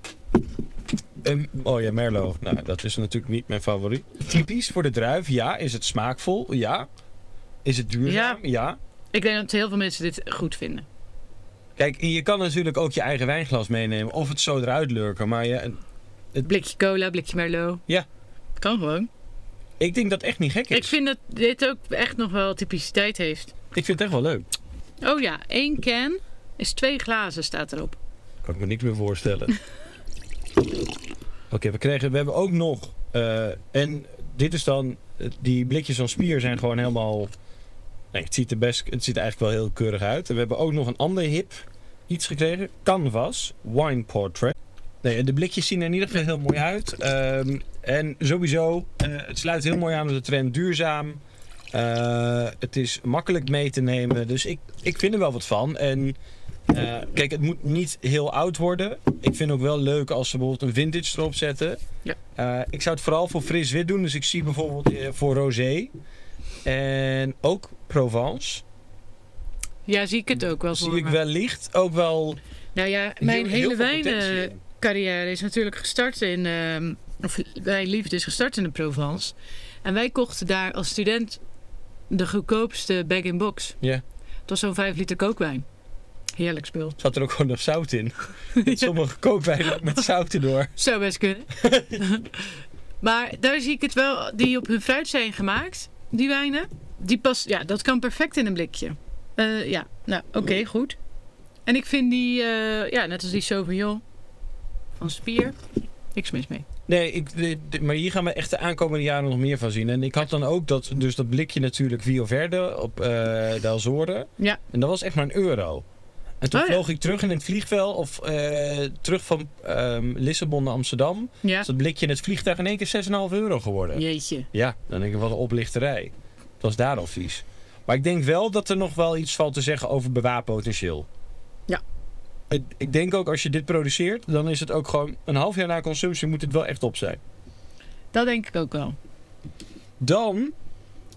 Speaker 1: Een- oh ja, Merlot. Nou, dat is natuurlijk niet mijn favoriet. Typisch voor de druif, ja. Is het smaakvol? Ja. Is het duurzaam? Ja.
Speaker 2: Ik denk dat heel veel mensen dit goed vinden.
Speaker 1: Kijk, je kan natuurlijk ook je eigen wijnglas meenemen of het zo eruit lurken. Maar je,
Speaker 2: Blikje cola, blikje merlot.
Speaker 1: Ja.
Speaker 2: Kan gewoon.
Speaker 1: ik denk dat echt niet gek is.
Speaker 2: Ik vind dat dit ook echt nog wel typiciteit heeft.
Speaker 1: Ik vind het echt wel leuk.
Speaker 2: Oh ja, één can is twee glazen staat erop.
Speaker 1: Kan ik me niks meer voorstellen. [LAUGHS] Oké, we, kregen, we hebben ook nog. eh, en dit is dan. eh, Die blikjes van spier zijn gewoon helemaal. Nee, het ziet er best. Het ziet er eigenlijk wel heel keurig uit. En we hebben ook nog een ander hip iets gekregen: Canvas Wine Portrait. Nee, de blikjes zien er in ieder geval heel mooi uit. Ehm, en sowieso, eh, het sluit heel mooi aan op de trend duurzaam. Eh, het is makkelijk mee te nemen. Dus ik, ik vind er wel wat van. En eh, kijk, het moet niet heel oud worden. Ik vind ook wel leuk als ze bijvoorbeeld een vintage erop zetten.
Speaker 2: Ja.
Speaker 1: Eh, ik zou het vooral voor fris wit doen. Dus ik zie bijvoorbeeld eh, voor rosé. En ook Provence.
Speaker 2: Ja, zie ik het ook wel voor
Speaker 1: zie ik
Speaker 2: me.
Speaker 1: wellicht ook wel...
Speaker 2: Nou ja, mijn
Speaker 1: heel- heel
Speaker 2: hele
Speaker 1: veel potentie in.
Speaker 2: wijncarrière is natuurlijk gestart in... ehm, of wij liefde is gestart in de Provence. En wij kochten daar als student de goedkoopste bag-in-box.
Speaker 1: Ja.
Speaker 2: Het was zo'n 5 liter kookwijn. Heerlijk spul.
Speaker 1: Zat er ook gewoon nog zout
Speaker 2: [LAUGHS]
Speaker 1: in. Met Sommige kookwijnen ook met zout erdoor.
Speaker 2: Zou best kunnen. [LAUGHS] maar daar zie ik het wel, die op hun fruit zijn gemaakt, die wijnen. Die pas, ja, dat kan perfect in een blikje. Eh, ja, nou, oké, goed. En ik vind die, eh, ja, net als die Sauvignon van Spier, niks mis mee.
Speaker 1: Nee, ik, de- de- maar hier gaan we echt de aankomende jaren nog meer van zien. En ik had dan ook dat, dus dat blikje natuurlijk Vio Verde op eh de Azoren.
Speaker 2: Ja.
Speaker 1: En dat was echt maar een euro. En toen
Speaker 2: Oh ja.
Speaker 1: vloog ik terug in het vliegveld, of eh, terug van ehm, Lissabon naar Amsterdam.
Speaker 2: Ja,
Speaker 1: Is dat blikje in het vliegtuig in één keer 6,5 euro geworden.
Speaker 2: jeetje.
Speaker 1: Ja, dan denk ik, wat een oplichterij. Het was daar al vies. Maar ik denk wel dat er nog wel iets valt te zeggen over bewaarpotentieel.
Speaker 2: Ja.
Speaker 1: Ik- Ik denk ook als je dit produceert, dan is het ook gewoon een half jaar na consumptie moet het wel echt op zijn.
Speaker 2: Dat denk ik ook wel.
Speaker 1: Dan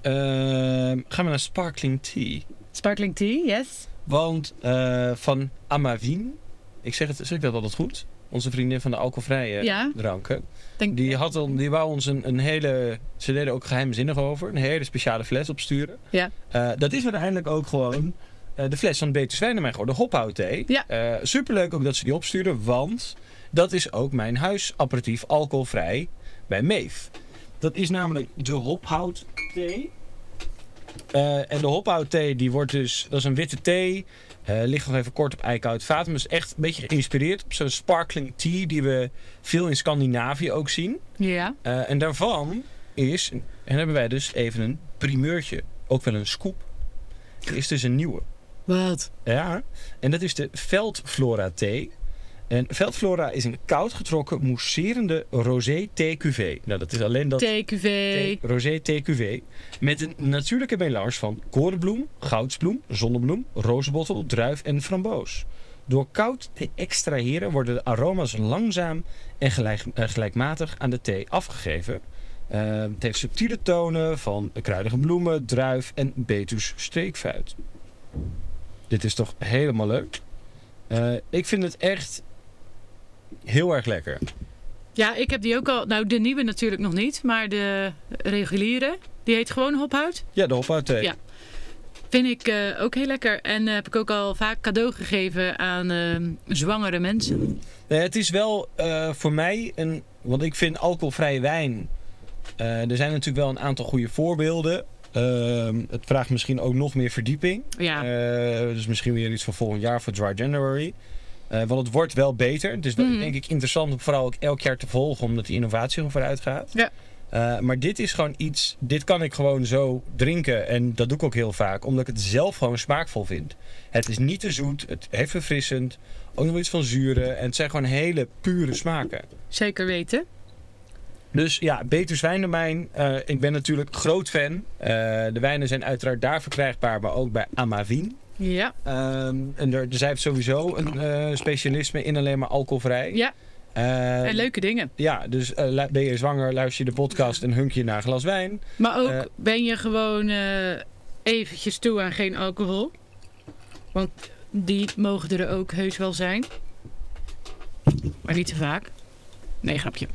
Speaker 1: ehm, gaan we naar sparkling tea.
Speaker 2: Sparkling tea, yes.
Speaker 1: Want eh, van Amavin, ik zeg, het, zeg ik dat altijd goed? Onze vriendin van de alcoholvrije
Speaker 2: Ja.
Speaker 1: dranken.
Speaker 2: Denk,
Speaker 1: Die, had al, die wou ons een, een hele. Ze deden ook geheimzinnig over. Een hele speciale fles opsturen.
Speaker 2: Ja.
Speaker 1: Eh, dat is uiteindelijk ook gewoon. eh, de fles van Beter Zwijnenmijn geworden. Hophoutthee.
Speaker 2: Ja.
Speaker 1: Eh, superleuk ook dat ze die opsturen. Want dat is ook mijn huisapparatief alcoholvrij bij Meef. Dat is namelijk de hophoutthee. Eh en de hophoutthee die wordt dus. Dat is een witte thee. Eh, ligt nog even kort op eikenhout vaat. Maar is echt een beetje geïnspireerd op zo'n sparkling tea die we veel in Scandinavië ook zien.
Speaker 2: Ja,
Speaker 1: Eh, en daarvan is, en hebben wij dus even een primeurtje, ook wel een scoop. Er is dus een nieuwe.
Speaker 2: wat?
Speaker 1: Ja, en dat is de Veldflora thee. En Veldflora is een koud getrokken mousserende rosé TQV. Nou, dat is alleen dat
Speaker 2: TQV.
Speaker 1: Rosé TQV. Met een natuurlijke melange van korenbloem, goudsbloem, zonnebloem, rozenbottel, druif en framboos. Door koud te extraheren worden de aroma's langzaam en gelijk, eh, gelijkmatig aan de thee afgegeven. Eh, het heeft subtiele tonen van kruidige bloemen, druif en betus streekfruit. Dit is toch helemaal leuk? Eh, ik vind het echt heel erg lekker.
Speaker 2: Ja, ik heb die ook al. Nou, de nieuwe natuurlijk nog niet, maar de reguliere. Die heet gewoon hophout.
Speaker 1: Ja, de hophout thee.
Speaker 2: Ja. Vind ik eh, ook heel lekker. En eh, heb ik ook al vaak cadeau gegeven aan ehm, zwangere mensen.
Speaker 1: Nee, het is wel eh, voor mij een. Want ik vind alcoholvrije wijn. eh, er zijn natuurlijk wel een aantal goede voorbeelden. Ehm, het vraagt misschien ook nog meer verdieping.
Speaker 2: Ja,
Speaker 1: Eh, dus misschien weer iets van volgend jaar voor Dry January. Eh, want het wordt wel beter. Het is wel,
Speaker 2: Mhm.
Speaker 1: denk ik interessant om vooral ook elk jaar te volgen. Omdat die innovatie gewoon vooruit gaat.
Speaker 2: Ja.
Speaker 1: Eh, maar dit is gewoon iets. Dit kan ik gewoon zo drinken. En dat doe ik ook heel vaak. Omdat ik het zelf gewoon smaakvol vind. Het is niet te zoet. Het heeft verfrissend. Ook nog iets van zuren. En het zijn gewoon hele pure smaken.
Speaker 2: zeker weten.
Speaker 1: Dus ja, Beter Zwijnenmijn. eh, ik ben natuurlijk groot fan. Eh, de wijnen zijn uiteraard daar verkrijgbaar. Maar ook bij Amavin.
Speaker 2: Ja,
Speaker 1: Ehm, en er, zij heeft sowieso een eh, specialisme in alleen maar alcoholvrij.
Speaker 2: Ja.
Speaker 1: Eh,
Speaker 2: en leuke dingen.
Speaker 1: Ja, dus eh, lu- ben je zwanger, luister je de podcast en hunk je naar een glas wijn.
Speaker 2: Maar ook
Speaker 1: eh,
Speaker 2: ben je gewoon eh, eventjes toe aan geen alcohol. Want die mogen er ook heus wel zijn. Maar niet te vaak. Nee, grapje.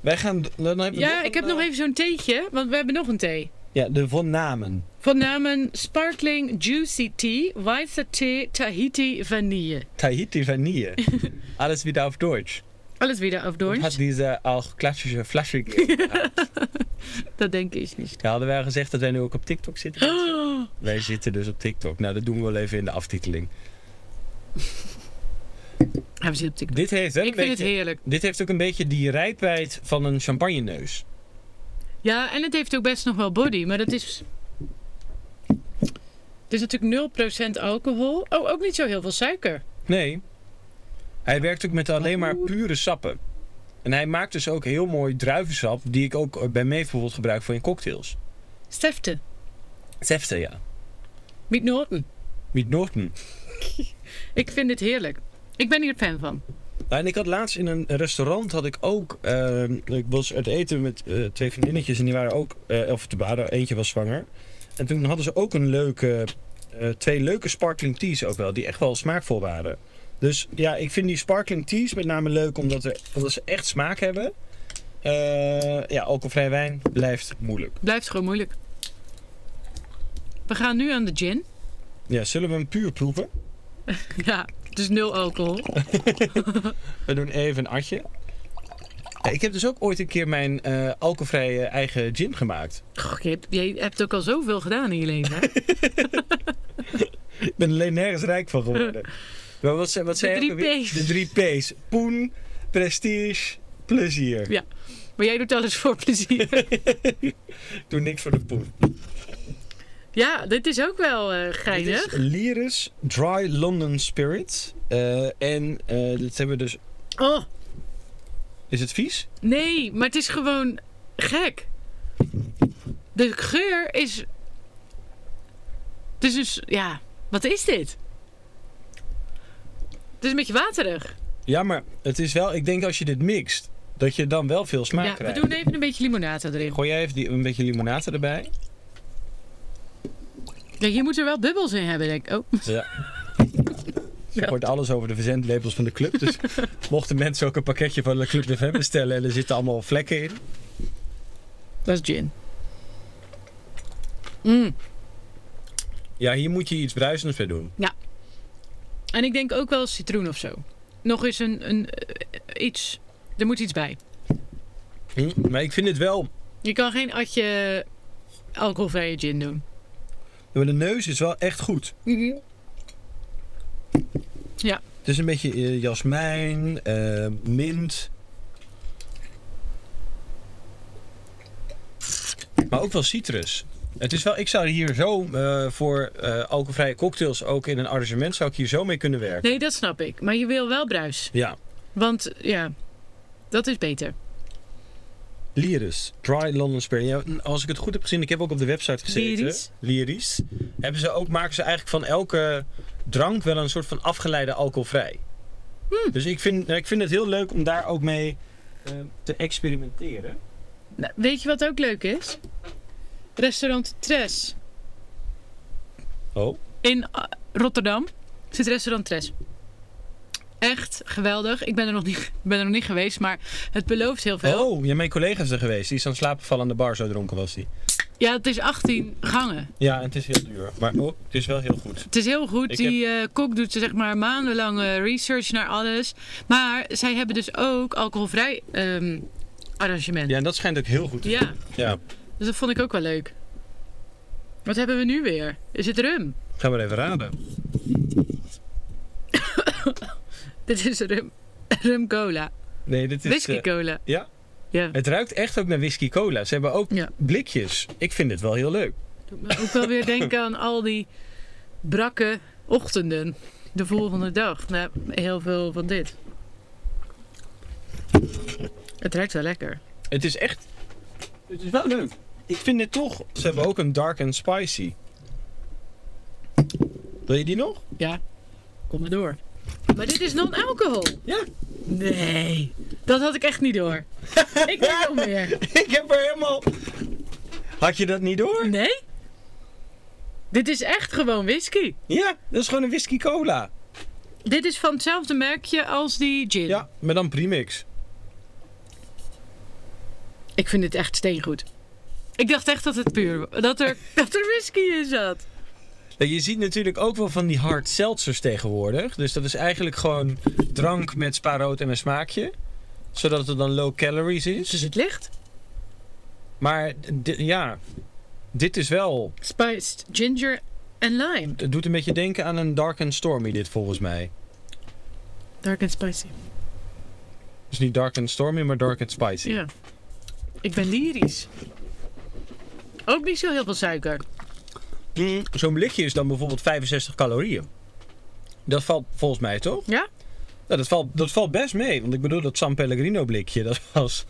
Speaker 1: Wij gaan... Dan hebben we
Speaker 2: Ja, ik heb
Speaker 1: een,
Speaker 2: nog
Speaker 1: eh,
Speaker 2: even zo'n theetje, want we hebben nog een thee.
Speaker 1: Ja, de Von Namen.
Speaker 2: Van namen Sparkling Juicy Tea, Weiße Tee, Tahiti Vanille.
Speaker 1: Tahiti
Speaker 2: [LAUGHS]
Speaker 1: Vanille. Alles wieder auf Deutsch.
Speaker 2: Alles wieder auf
Speaker 1: Und
Speaker 2: Deutsch?
Speaker 1: hat diese auch klassische Flasche
Speaker 2: [LAUGHS]
Speaker 1: gegeben.
Speaker 2: Dat denk ik
Speaker 1: [GASPS]
Speaker 2: niet.
Speaker 1: Ja, hadden wij al gezegd dat wij nu ook op TikTok zitten.
Speaker 2: [GASPS]
Speaker 1: Wij zitten dus op TikTok. Nou, dat doen we wel even in de aftiteling.
Speaker 2: Ja, we zitten op TikTok.
Speaker 1: Dit heeft, wel
Speaker 2: Ik
Speaker 1: een
Speaker 2: vind het
Speaker 1: beetje-
Speaker 2: heerlijk.
Speaker 1: dit heeft ook een beetje die rijpheid van een champagneneus.
Speaker 2: Ja, en het heeft ook best nog wel body, maar dat is... Het is natuurlijk 0% alcohol. Oh, ook niet zo heel veel suiker.
Speaker 1: Nee. Hij werkt ook met alleen maar
Speaker 2: Oeh.
Speaker 1: pure sappen. En hij maakt dus ook heel mooi druivensap, die ik ook eh, bij mij bijvoorbeeld gebruik voor in cocktails.
Speaker 2: Sefte.
Speaker 1: Zefte, ja.
Speaker 2: Miet Norton.
Speaker 1: Met Norton.
Speaker 2: Ik vind dit heerlijk. Ik ben hier fan van.
Speaker 1: Nou, en ik had laatst in een restaurant had ik ook. eh, ik was uit eten met eh, twee vriendinnetjes en die waren ook. eh, of te waren, eentje was zwanger. En toen hadden ze ook een leuke. eh, twee leuke sparkling teas ook wel, die echt wel smaakvol waren. Dus ja, ik vind die sparkling teas met name leuk omdat, er, omdat ze echt smaak hebben. Eh, ja, alcoholvrij wijn blijft moeilijk.
Speaker 2: Blijft gewoon moeilijk. We gaan nu aan de gin. [LAUGHS]
Speaker 1: Ja, zullen we hem puur proeven?
Speaker 2: Ja, dus nul alcohol.
Speaker 1: We doen even een atje. Ja, ik heb dus ook ooit een keer mijn eh alcoholvrije eigen gin gemaakt.
Speaker 2: Goh, je, hebt, je hebt ook al zoveel gedaan in je
Speaker 1: [LAUGHS]
Speaker 2: leven. hè?
Speaker 1: Ik ben alleen nergens rijk van
Speaker 2: [LAUGHS]
Speaker 1: geworden. Maar wat, ze- wat
Speaker 2: De
Speaker 1: zei je
Speaker 2: drie
Speaker 1: ook alweer?
Speaker 2: P's.
Speaker 1: De drie P's. Poen, prestige, plezier.
Speaker 2: Ja. Maar jij doet alles voor plezier.
Speaker 1: Ik doe niks voor de poen.
Speaker 2: Ja, dit is ook wel eh
Speaker 1: Dit
Speaker 2: geinig.
Speaker 1: is Lyris Dry London Spirit. Eh, en eh, dit hebben we dus...
Speaker 2: Oh,
Speaker 1: Is het vies?
Speaker 2: nee, maar het is gewoon gek. De geur is... Het is dus, ja, wat is dit? Het is een beetje waterig.
Speaker 1: Ja, maar het is wel... Ik denk als je dit mixt, dat je dan wel veel smaak
Speaker 2: Ja, we
Speaker 1: krijgt.
Speaker 2: doen even een beetje limonade erin.
Speaker 1: Gooi jij even die, een beetje limonade erbij.
Speaker 2: Ja, je moet er wel bubbels in hebben, denk ik. Oh, [LAUGHS]
Speaker 1: Ze gooit alles over de verzendlabels van de club.
Speaker 2: [LAUGHS]
Speaker 1: Dus mochten mensen ook een pakketje van de Club de Fem bestellen... en er zitten allemaal vlekken in...
Speaker 2: dat is gin. Mm.
Speaker 1: Ja, hier moet je iets bruisends mee doen.
Speaker 2: En ik denk ook wel citroen of zo. Nog eens een, een eh, iets. Er moet iets bij.
Speaker 1: Hm, Maar ik vind het wel...
Speaker 2: Je kan geen atje alcoholvrije gin doen.
Speaker 1: Maar de neus is wel echt goed. Het is een beetje eh, jasmijn, eh, mint. Maar ook wel citrus. Het is wel, ik zou hier zo eh, voor eh, alcoholvrije cocktails, ook in een arrangement, zou ik hier zo mee kunnen werken.
Speaker 2: Nee, dat snap ik. Maar je wil wel bruis.
Speaker 1: Ja,
Speaker 2: Want ja, dat is beter.
Speaker 1: Lyris, Dry London Spirit. Ja, als ik het goed heb gezien, ik heb ook op de website gezeten.
Speaker 2: Lyris.
Speaker 1: Lyris. Hebben ze ook, maken ze eigenlijk van elke drank wel een soort van afgeleide alcoholvrij.
Speaker 2: Hm.
Speaker 1: Dus ik vind, ik vind het heel leuk om daar ook mee eh, te experimenteren.
Speaker 2: Nou, weet je wat ook leuk is? Restaurant Tres.
Speaker 1: Oh.
Speaker 2: In eh, Rotterdam zit restaurant Tres. Echt geweldig. Ik ben er, nog niet, [LAUGHS] ben er nog niet geweest, maar het belooft heel veel.
Speaker 1: Oh, ja, mijn collega is er geweest. Die is aan het slapen vallen aan de bar, zo dronken was hij.
Speaker 2: Ja, het is 18 gangen.
Speaker 1: Ja, en het is heel duur. Maar oh, het is wel heel goed.
Speaker 2: Het is heel goed.
Speaker 1: Ik
Speaker 2: die eh, kok doet zeg maar maandenlang eh, research naar alles. Maar zij hebben dus ook alcoholvrij ehm, arrangement.
Speaker 1: Ja, en dat schijnt ook heel goed te
Speaker 2: Ja,
Speaker 1: zijn. Ja,
Speaker 2: dus dat vond ik ook wel leuk. Wat hebben we nu weer? Is het rum?
Speaker 1: gaan we even raden.
Speaker 2: [LAUGHS] Dit is rum, rum cola.
Speaker 1: Nee, dit is...
Speaker 2: Whisky
Speaker 1: eh,
Speaker 2: cola.
Speaker 1: ja?
Speaker 2: Ja,
Speaker 1: het ruikt echt ook naar whisky cola. Ze hebben ook
Speaker 2: Ja.
Speaker 1: blikjes. Ik vind het wel heel leuk.
Speaker 2: doet me ook [LAUGHS] wel weer denken aan al die brakke ochtenden. De volgende dag. Nou, heel veel van dit. Het ruikt wel lekker.
Speaker 1: Het is echt. Het is wel leuk. Ik vind dit toch. Ze hebben ook een dark and spicy. Wil je die nog?
Speaker 2: Ja, kom maar door. Maar dit is non-alcohol.
Speaker 1: Ja. [LAUGHS]
Speaker 2: Nee, dat had ik echt niet [LAUGHS] door. ik weet nog meer.
Speaker 1: Ik heb er helemaal. Had je dat niet door?
Speaker 2: Nee? Dit is echt gewoon whisky.
Speaker 1: Ja, dat is gewoon een whisky cola.
Speaker 2: Dit is van hetzelfde merkje als die gin.
Speaker 1: Ja, maar dan premix.
Speaker 2: Ik vind dit echt steengoed. Ik dacht echt dat het puur dat er, [LAUGHS] dat er whisky in zat.
Speaker 1: Nou, Je ziet natuurlijk ook wel van die hard seltzers tegenwoordig. Dus dat is eigenlijk gewoon drank met spaarrood en een smaakje. Zodat het dan low calories is.
Speaker 2: Dus het licht.
Speaker 1: Maar di- ja, dit is wel...
Speaker 2: Spiced ginger en lime.
Speaker 1: Het doet een beetje denken aan een Dark and Stormy dit volgens mij.
Speaker 2: Dark and spicy.
Speaker 1: Dus niet Dark and Stormy, maar Dark and Spicy.
Speaker 2: Ja. Ik ben lyrisch. Ook niet zo heel veel suiker.
Speaker 1: Mm, Zo'n blikje is dan bijvoorbeeld 65 calorieën. Dat valt volgens mij toch?
Speaker 2: Ja?
Speaker 1: Nou, dat, valt, dat valt best mee. Want ik bedoel, dat San Pellegrino blikje, dat was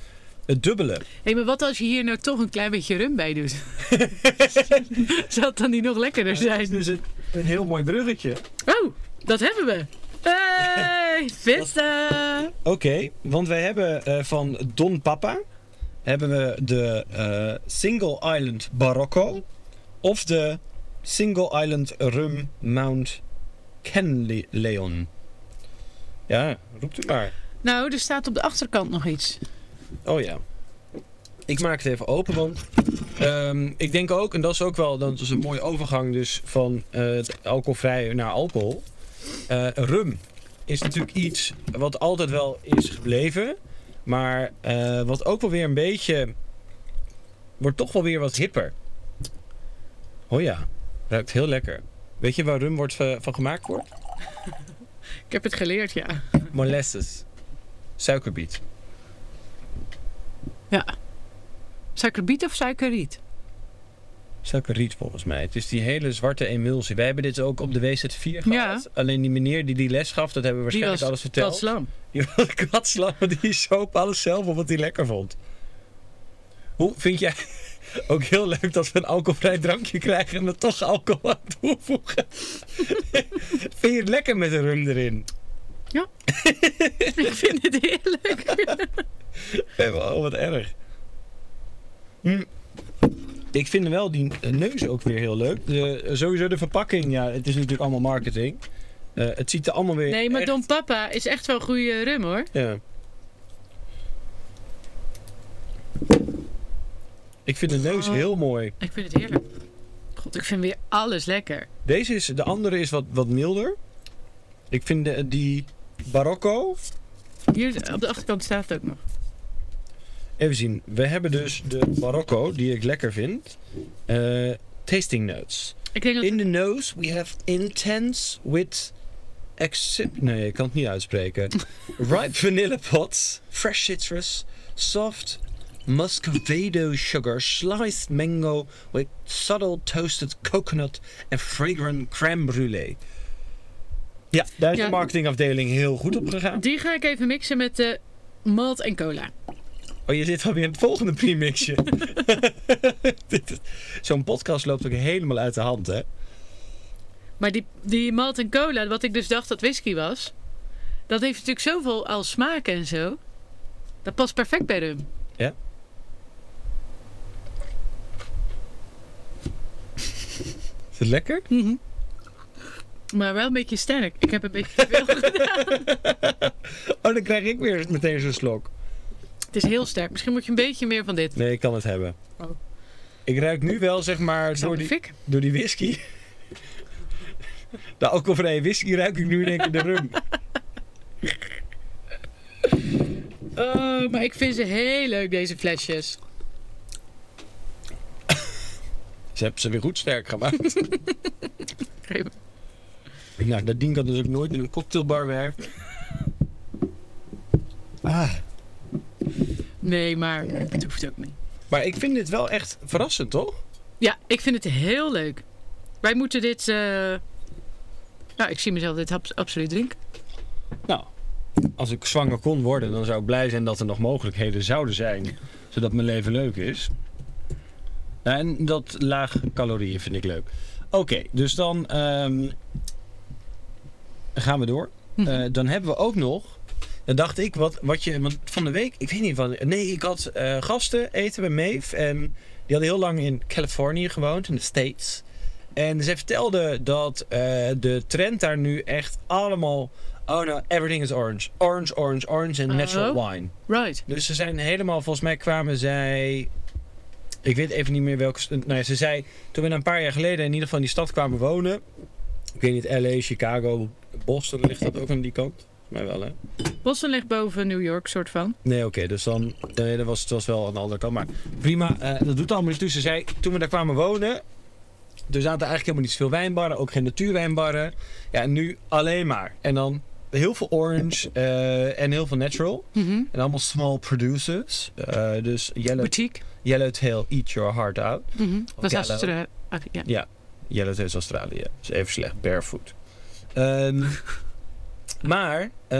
Speaker 1: het dubbele.
Speaker 2: Hé, maar wat als je hier nou toch een klein beetje rum bij doet? Zou het dan niet nog lekkerder zijn?
Speaker 1: dus een, een heel mooi bruggetje.
Speaker 2: Oh, dat hebben we. Hey, Vista!
Speaker 1: Oké, want wij hebben eh, van Don Papa hebben we de eh, Single Island Barocco of de Single Island Rum Mount Kenleon. Ja, roept u maar.
Speaker 2: Nou, er staat op de achterkant nog iets.
Speaker 1: Oh ja. Ik maak het even open, want ehm, ik denk ook, en dat is ook wel dat is een mooie overgang dus van eh, het alcoholvrij naar alcohol. Eh, rum is natuurlijk iets wat altijd wel is gebleven, maar eh, wat ook wel weer een beetje wordt toch wel weer wat hipper. Oh ja, ruikt heel lekker. Weet je waar rum wordt, eh, van gemaakt wordt?
Speaker 2: Ik heb het geleerd, ja.
Speaker 1: Molasses. Suikerbiet.
Speaker 2: Suikerbiet of suikerriet?
Speaker 1: Suikerriet volgens mij. Het is die hele zwarte emulsie. Wij hebben dit ook op de WZ4 gehad.
Speaker 2: Ja.
Speaker 1: Alleen die meneer die die les gaf, dat hebben we waarschijnlijk
Speaker 2: was
Speaker 1: alles verteld.
Speaker 2: Dat slam. [LAUGHS]
Speaker 1: Die was [LAUGHS] katslam, maar die zoop alles zelf op wat hij lekker vond. Hoe vind jij [LAUGHS] ook heel leuk dat we een alcoholvrij drankje krijgen en er toch alcohol aan toevoegen? [LAUGHS] vind je het lekker met een rum erin?
Speaker 2: Ik vind het heerlijk.
Speaker 1: Eh, Oh, wat erg. Hm. Ik vind wel die eh, neus ook weer heel leuk. De, eh, sowieso de verpakking, ja, het is natuurlijk allemaal marketing. Eh, het ziet er allemaal weer.
Speaker 2: Nee, maar
Speaker 1: echt-
Speaker 2: Don Papa is echt wel goede rum, hoor.
Speaker 1: Ja. Ik vind de
Speaker 2: Ah.
Speaker 1: neus heel mooi.
Speaker 2: Ik vind het heerlijk. God, ik vind weer alles lekker.
Speaker 1: Deze is, de andere is wat, wat milder. Ik vind de- die Barocco.
Speaker 2: Hier op de achterkant staat het ook nog.
Speaker 1: Even zien. We hebben dus de Barocco, die ik lekker vind. Eh, tasting notes.
Speaker 2: Ik denk dat...
Speaker 1: In the nose we have intense with accip... Nee, ik kan het niet uitspreken. Ripe vanilla pods, fresh citrus, soft muscovado sugar, sliced mango with subtle toasted coconut and fragrant crème brûlée. Ja, daar is
Speaker 2: Ja.
Speaker 1: de marketingafdeling heel goed op gegaan.
Speaker 2: Die ga ik even mixen met de malt en cola.
Speaker 1: Oh, je zit alweer in het volgende premixje. [LAUGHS] Dit is- Zo'n podcast loopt ook helemaal uit de hand, hè?
Speaker 2: Maar die, die malt en cola, wat ik dus dacht dat whisky was... Dat heeft natuurlijk zoveel al smaak en zo. Dat past perfect bij rum.
Speaker 1: Ja. Is het lekker?
Speaker 2: Maar wel een beetje sterk. Ik heb een beetje te veel. [LAUGHS]
Speaker 1: Oh, dan krijg ik weer meteen zo'n slok.
Speaker 2: het is heel sterk. Misschien moet je een beetje meer van dit.
Speaker 1: Nee, ik kan het hebben.
Speaker 2: Oh.
Speaker 1: Ik ruik nu wel, zeg maar,
Speaker 2: Zo
Speaker 1: door
Speaker 2: die...
Speaker 1: die, door die whisky. De alcoholvrije whisky ruik ik nu in één keer de rum.
Speaker 2: Oh, maar ik vind ze heel leuk, deze flesjes.
Speaker 1: Ze hebben ze weer goed sterk gemaakt.
Speaker 2: Kremer.
Speaker 1: [LAUGHS] Nou, dat ding kan dus ook nooit in een cocktailbar werken. Ah.
Speaker 2: Nee, maar het hoeft ook niet.
Speaker 1: Maar ik vind dit wel echt verrassend, toch?
Speaker 2: Ja, ik vind het heel leuk. Wij moeten dit... eh, Nou, ik zie mezelf dit abs- absoluut drinken.
Speaker 1: Nou, als ik zwanger kon worden, dan zou ik blij zijn dat er nog mogelijkheden zouden zijn. Zodat mijn leven leuk is. En dat laag calorieën vind ik leuk. Oké, dus dan ehm, gaan we door.
Speaker 2: Mhm.
Speaker 1: Eh, dan hebben we ook nog. Dan dacht ik, wat, wat je. Want van de week, ik weet niet van. Nee, ik had eh, gasten eten bij Meef. En die hadden heel lang in Californië gewoond, in de States. En zij vertelde dat eh, de trend daar nu echt allemaal. Oh no, everything is orange. Orange, orange, orange en natural
Speaker 2: Oh.
Speaker 1: wine.
Speaker 2: Right.
Speaker 1: Dus ze zijn helemaal, volgens mij kwamen zij Ik weet even niet meer welke... st- Nou ja, ze zei, toen we een paar jaar geleden in ieder geval in die stad kwamen wonen. Ik weet niet, LA, Chicago, Boston ligt dat ook aan die kant. Volgens mij wel, hè?
Speaker 2: Boston ligt boven New York, soort van.
Speaker 1: Nee, oké, dus dan nee, dat was het was wel aan de andere kant. Maar prima, eh, dat doet allemaal niet toe. Ze zei, toen we daar kwamen wonen, er zaten eigenlijk helemaal niet zoveel wijnbarren, ook geen natuurwijnbarren. Ja, en nu alleen maar. En dan heel veel orange eh, en heel veel natural.
Speaker 2: Mhm.
Speaker 1: En allemaal small producers. Eh, dus yellow,
Speaker 2: Boutique.
Speaker 1: Yellowtail, eat your heart out.
Speaker 2: Mhm. Was
Speaker 1: Gallo.
Speaker 2: Astra. ah, ja.
Speaker 1: Yellowtail is Australië. Dus even slecht, barefoot. Ehm, [LAUGHS] maar, eh,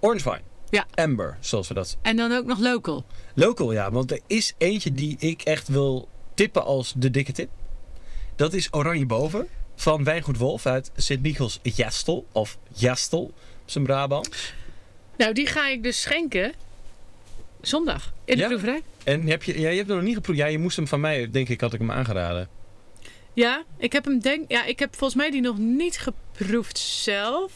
Speaker 1: orange wine.
Speaker 2: Ja.
Speaker 1: Amber, zoals we dat
Speaker 2: En dan ook nog local.
Speaker 1: Local, ja. Want er is eentje die ik echt wil tippen als de dikke tip. Dat is Oranje Boven van Wijngoed Wolf uit Sint-Michels Jastel. Of Jastel, op zijn Brabant.
Speaker 2: Nou, die ga ik dus schenken zondag in de
Speaker 1: Ja?
Speaker 2: proeverij.
Speaker 1: En heb je, ja, je hebt hem nog niet geproefd. Ja, je moest hem van mij, denk ik, had ik hem aangeraden.
Speaker 2: Ja, ik heb hem denk... Ja, ik heb volgens mij die nog niet geproefd zelf.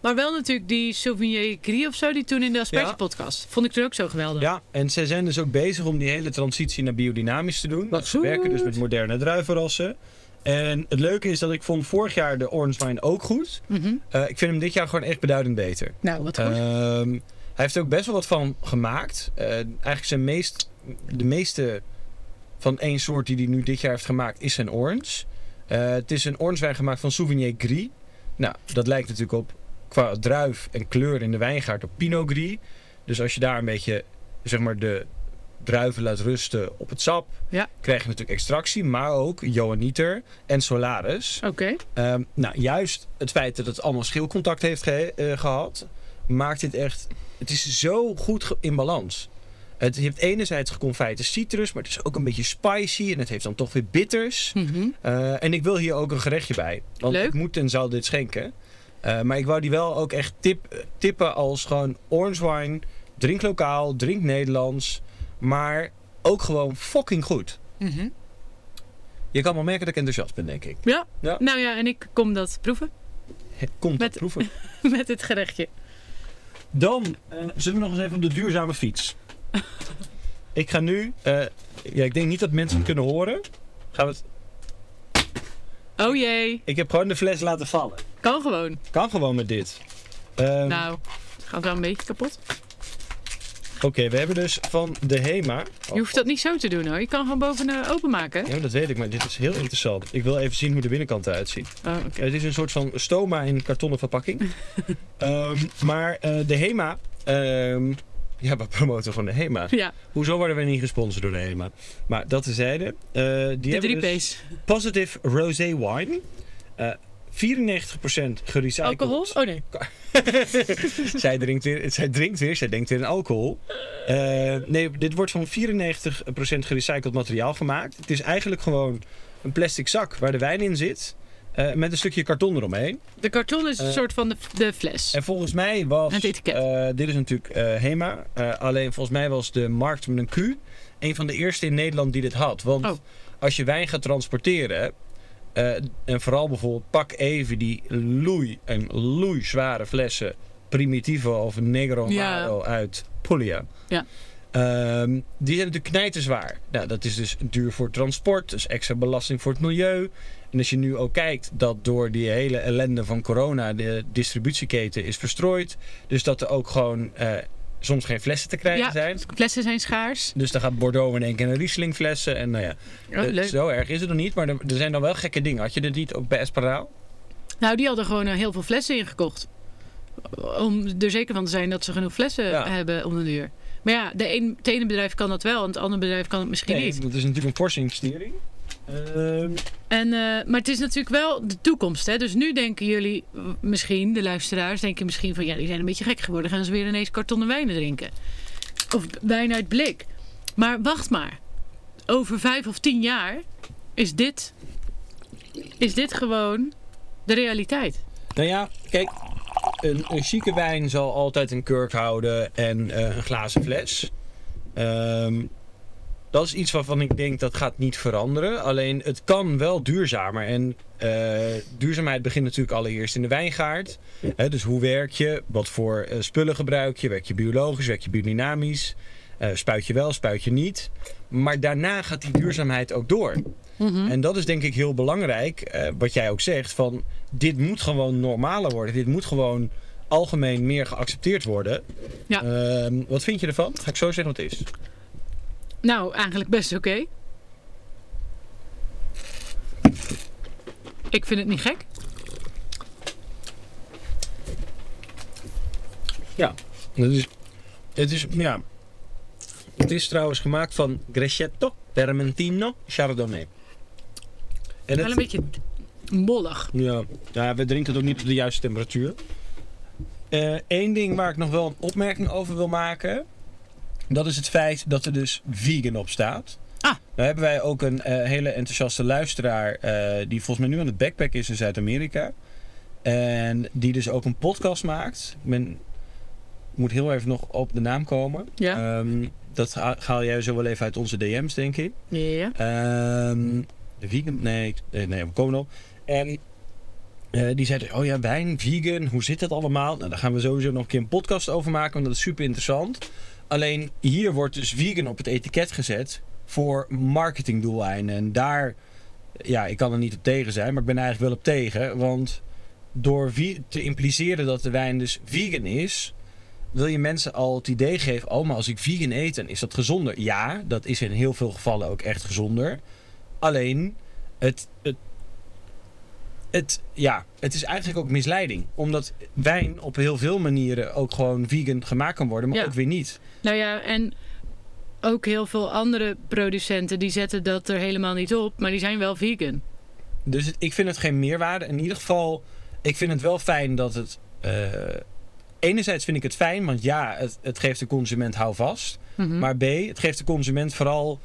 Speaker 2: Maar wel natuurlijk die Sauvignon Gris of zo, die toen in de Asperge
Speaker 1: Ja.
Speaker 2: podcast. Vond ik toen ook zo geweldig.
Speaker 1: Ja, en zij zijn dus ook bezig om die hele transitie naar biodynamisch te doen.
Speaker 2: Wat
Speaker 1: Ze werken dus
Speaker 2: goed.
Speaker 1: met moderne druivenrassen. En het leuke is dat ik vond vorig jaar de Orange Wine ook goed.
Speaker 2: Mhm.
Speaker 1: Eh, ik vind hem dit jaar gewoon echt beduidend beter.
Speaker 2: Nou, wat goed.
Speaker 1: Ehm, hij heeft er ook best wel wat van gemaakt. Eh, eigenlijk zijn meest, de meeste van één soort die hij nu dit jaar heeft gemaakt is zijn orange. Eh, het is een orangewijn gemaakt van Souvenir Gris. Nou, dat lijkt natuurlijk op qua druif en kleur in de wijngaard op Pinot Gris. Dus als je daar een beetje zeg maar de druiven laat rusten op het sap,
Speaker 2: Ja.
Speaker 1: krijg je natuurlijk extractie, maar ook Johanniter en Solaris.
Speaker 2: Oké.
Speaker 1: Ehm, nou, juist het feit dat het allemaal schilcontact heeft ge- eh, gehad, maakt dit echt. Het is zo goed ge- in balans. Het heeft enerzijds geconfijte citrus, maar het is ook een beetje spicy en het heeft dan toch weer bitters.
Speaker 2: Mhm.
Speaker 1: Eh, en ik wil hier ook een gerechtje bij, want
Speaker 2: Leuk.
Speaker 1: ik moet en zal dit schenken. Eh, maar ik wou die wel ook echt tip, tippen als gewoon orange wine, drink lokaal, drink Nederlands, maar ook gewoon fucking goed.
Speaker 2: Mhm.
Speaker 1: Je kan wel merken dat ik enthousiast ben, denk ik.
Speaker 2: Ja.
Speaker 1: Ja.
Speaker 2: Nou ja, en ik kom dat proeven [LAUGHS]
Speaker 1: He, Kom dat
Speaker 2: Met-
Speaker 1: proeven.
Speaker 2: met dit gerechtje.
Speaker 1: Dan eh, zullen we nog eens even op de duurzame fiets. ik ga nu. eh, ja, ik denk niet dat mensen het kunnen horen. Gaan we het,
Speaker 2: Oh jee,
Speaker 1: ik heb gewoon de fles laten vallen.
Speaker 2: kan gewoon.
Speaker 1: Kan gewoon met dit. Ehm, Oh.
Speaker 2: Nou, het gaat wel een beetje kapot.
Speaker 1: Oké, we hebben dus van de HEMA. Oh,
Speaker 2: Je hoeft dat niet zo te doen hoor. Je kan gewoon boven eh, openmaken.
Speaker 1: Ja, dat weet ik, maar dit is heel interessant. Ik wil even zien hoe de binnenkant eruit ziet.
Speaker 2: Oh, oké.
Speaker 1: Het is een soort van stoma in kartonnen
Speaker 2: [LAUGHS]
Speaker 1: verpakking. Ehm, maar eh, de HEMA. ehm, ja, we promoten van de
Speaker 2: [LAUGHS]
Speaker 1: HEMA.
Speaker 2: Ja,
Speaker 1: Hoezo worden we niet gesponsord door de HEMA? Maar dat tezijde. Eh, die
Speaker 2: de
Speaker 1: hebben
Speaker 2: drie
Speaker 1: dus-
Speaker 2: P's.
Speaker 1: Positive Rosé Wine. Eh 94% gerecycled.
Speaker 2: Alcohol? Oh nee.
Speaker 1: [LAUGHS] zij, drinkt weer, zij drinkt weer, zij denkt weer in alcohol. Eh, nee, dit wordt van 94% gerecycled materiaal gemaakt. Het is eigenlijk gewoon een plastic zak waar de wijn in zit. eh, met een stukje karton eromheen.
Speaker 2: De karton is een
Speaker 1: Eh,
Speaker 2: soort van de, de fles.
Speaker 1: En volgens mij was...
Speaker 2: Het etiket.
Speaker 1: eh, dit is natuurlijk eh, HEMA. eh, alleen volgens mij was de markt met een Q... een van de eerste in Nederland die dit had. Want
Speaker 2: Oh.
Speaker 1: als je wijn gaat transporteren... eh, en vooral bijvoorbeeld pak even die loei... en loei zware flessen... Primitivo of Negro
Speaker 2: Ja.
Speaker 1: Amaro uit Puglia.
Speaker 2: Ja.
Speaker 1: Ehm, die zijn natuurlijk knijterzwaar. Nou, dat is dus duur voor transport, dus extra belasting voor het milieu. En als je nu ook kijkt dat door die hele ellende van corona de distributieketen is verstrooid. Dus dat er ook gewoon eh, soms geen flessen te krijgen
Speaker 2: Ja.
Speaker 1: zijn.
Speaker 2: Flessen zijn schaars.
Speaker 1: Dus dan gaat Bordeaux in één keer naar Riesling flessen. En nou ja,
Speaker 2: Oh,
Speaker 1: eh,
Speaker 2: leuk.
Speaker 1: zo erg is het nog niet. Maar er, er zijn dan wel gekke dingen. Had je dit niet ook bij Esperaal?
Speaker 2: Nou, die hadden gewoon eh, heel veel flessen ingekocht. Om er zeker van te zijn dat ze genoeg flessen
Speaker 1: Ja.
Speaker 2: hebben om de duur. Maar ja, de een, het ene bedrijf kan dat wel en het andere bedrijf kan het misschien
Speaker 1: Nee,
Speaker 2: niet.
Speaker 1: dat is natuurlijk een forse investering. Ehm,
Speaker 2: En, eh, maar het is natuurlijk wel de toekomst. Hè? Dus nu denken jullie, w- misschien, de luisteraars, denken misschien van ja, die zijn een beetje gek geworden. Gaan ze weer ineens kartonnen wijnen drinken? Of b- wijn uit blik. Maar wacht maar. Over vijf of tien jaar is dit, is dit gewoon de realiteit.
Speaker 1: Nou ja, kijk, een, een chique wijn zal altijd een kurk houden en eh, een glazen fles. Ehm, dat is iets waarvan ik denk dat gaat niet veranderen. Alleen het kan wel duurzamer. En eh, duurzaamheid begint natuurlijk allereerst in de wijngaard. Hè, dus hoe werk je? Wat voor eh, spullen gebruik je? Werk je biologisch? Werk je biodynamisch? Eh, spuit je wel, spuit je niet. Maar daarna gaat die duurzaamheid ook door.
Speaker 2: Mhm.
Speaker 1: En dat is denk ik heel belangrijk, eh, wat jij ook zegt, van dit moet gewoon normaler worden. Dit moet gewoon algemeen meer geaccepteerd worden.
Speaker 2: Ja.
Speaker 1: Ehm, wat vind je ervan? Ga ik zo zeggen wat het is.
Speaker 2: Nou, eigenlijk best oké. Ik vind het niet gek.
Speaker 1: Het is, het is, ja. Het is trouwens gemaakt van Grechetto, Vermentino, Chardonnay. En
Speaker 2: Wel een beetje mollig.
Speaker 1: Ja, ja, we drinken het ook niet op de juiste temperatuur. Eén ding waar ik nog wel een opmerking over wil maken. Dat is het feit dat er dus vegan op staat.
Speaker 2: Ah.
Speaker 1: Nou hebben wij ook een eh, hele enthousiaste luisteraar. eh, die volgens mij nu aan het backpack is in Zuid-Amerika. En die dus ook een podcast maakt. Ik ben- moet heel even nog op de naam komen.
Speaker 2: Ja.
Speaker 1: Ehm, dat ha- haal jij zo wel even uit onze DM's, denk ik.
Speaker 2: Ja.
Speaker 1: Ehm, de vegan, nee, ik- eh, nee, we komen op. En eh, die zei, oh ja, wijn, vegan, hoe zit dat allemaal? Nou, daar gaan we sowieso nog een keer een podcast over maken, want dat is super interessant. Alleen hier wordt dus vegan op het etiket gezet voor marketingdoeleinden. En daar, ja, ik kan er niet op tegen zijn, maar ik ben er eigenlijk wel op tegen. Want door vi- te impliceren dat de wijn dus vegan is, wil je mensen al het idee geven: oh, maar als ik vegan eet, dan is dat gezonder. Ja, dat is in heel veel gevallen ook echt gezonder. Alleen, het. het het, ja, het is eigenlijk ook misleiding. Omdat wijn op heel veel manieren ook gewoon vegan gemaakt kan worden, maar
Speaker 2: Ja.
Speaker 1: ook weer niet.
Speaker 2: Nou ja, en ook heel veel andere producenten die zetten dat er helemaal niet op, maar die zijn wel vegan.
Speaker 1: Dus het- ik vind het geen meerwaarde. In ieder geval, ik vind het wel fijn dat het. eh, enerzijds vind ik het fijn, want ja, het, het geeft de consument houvast.
Speaker 2: Mhm.
Speaker 1: Maar B, het geeft de consument vooral.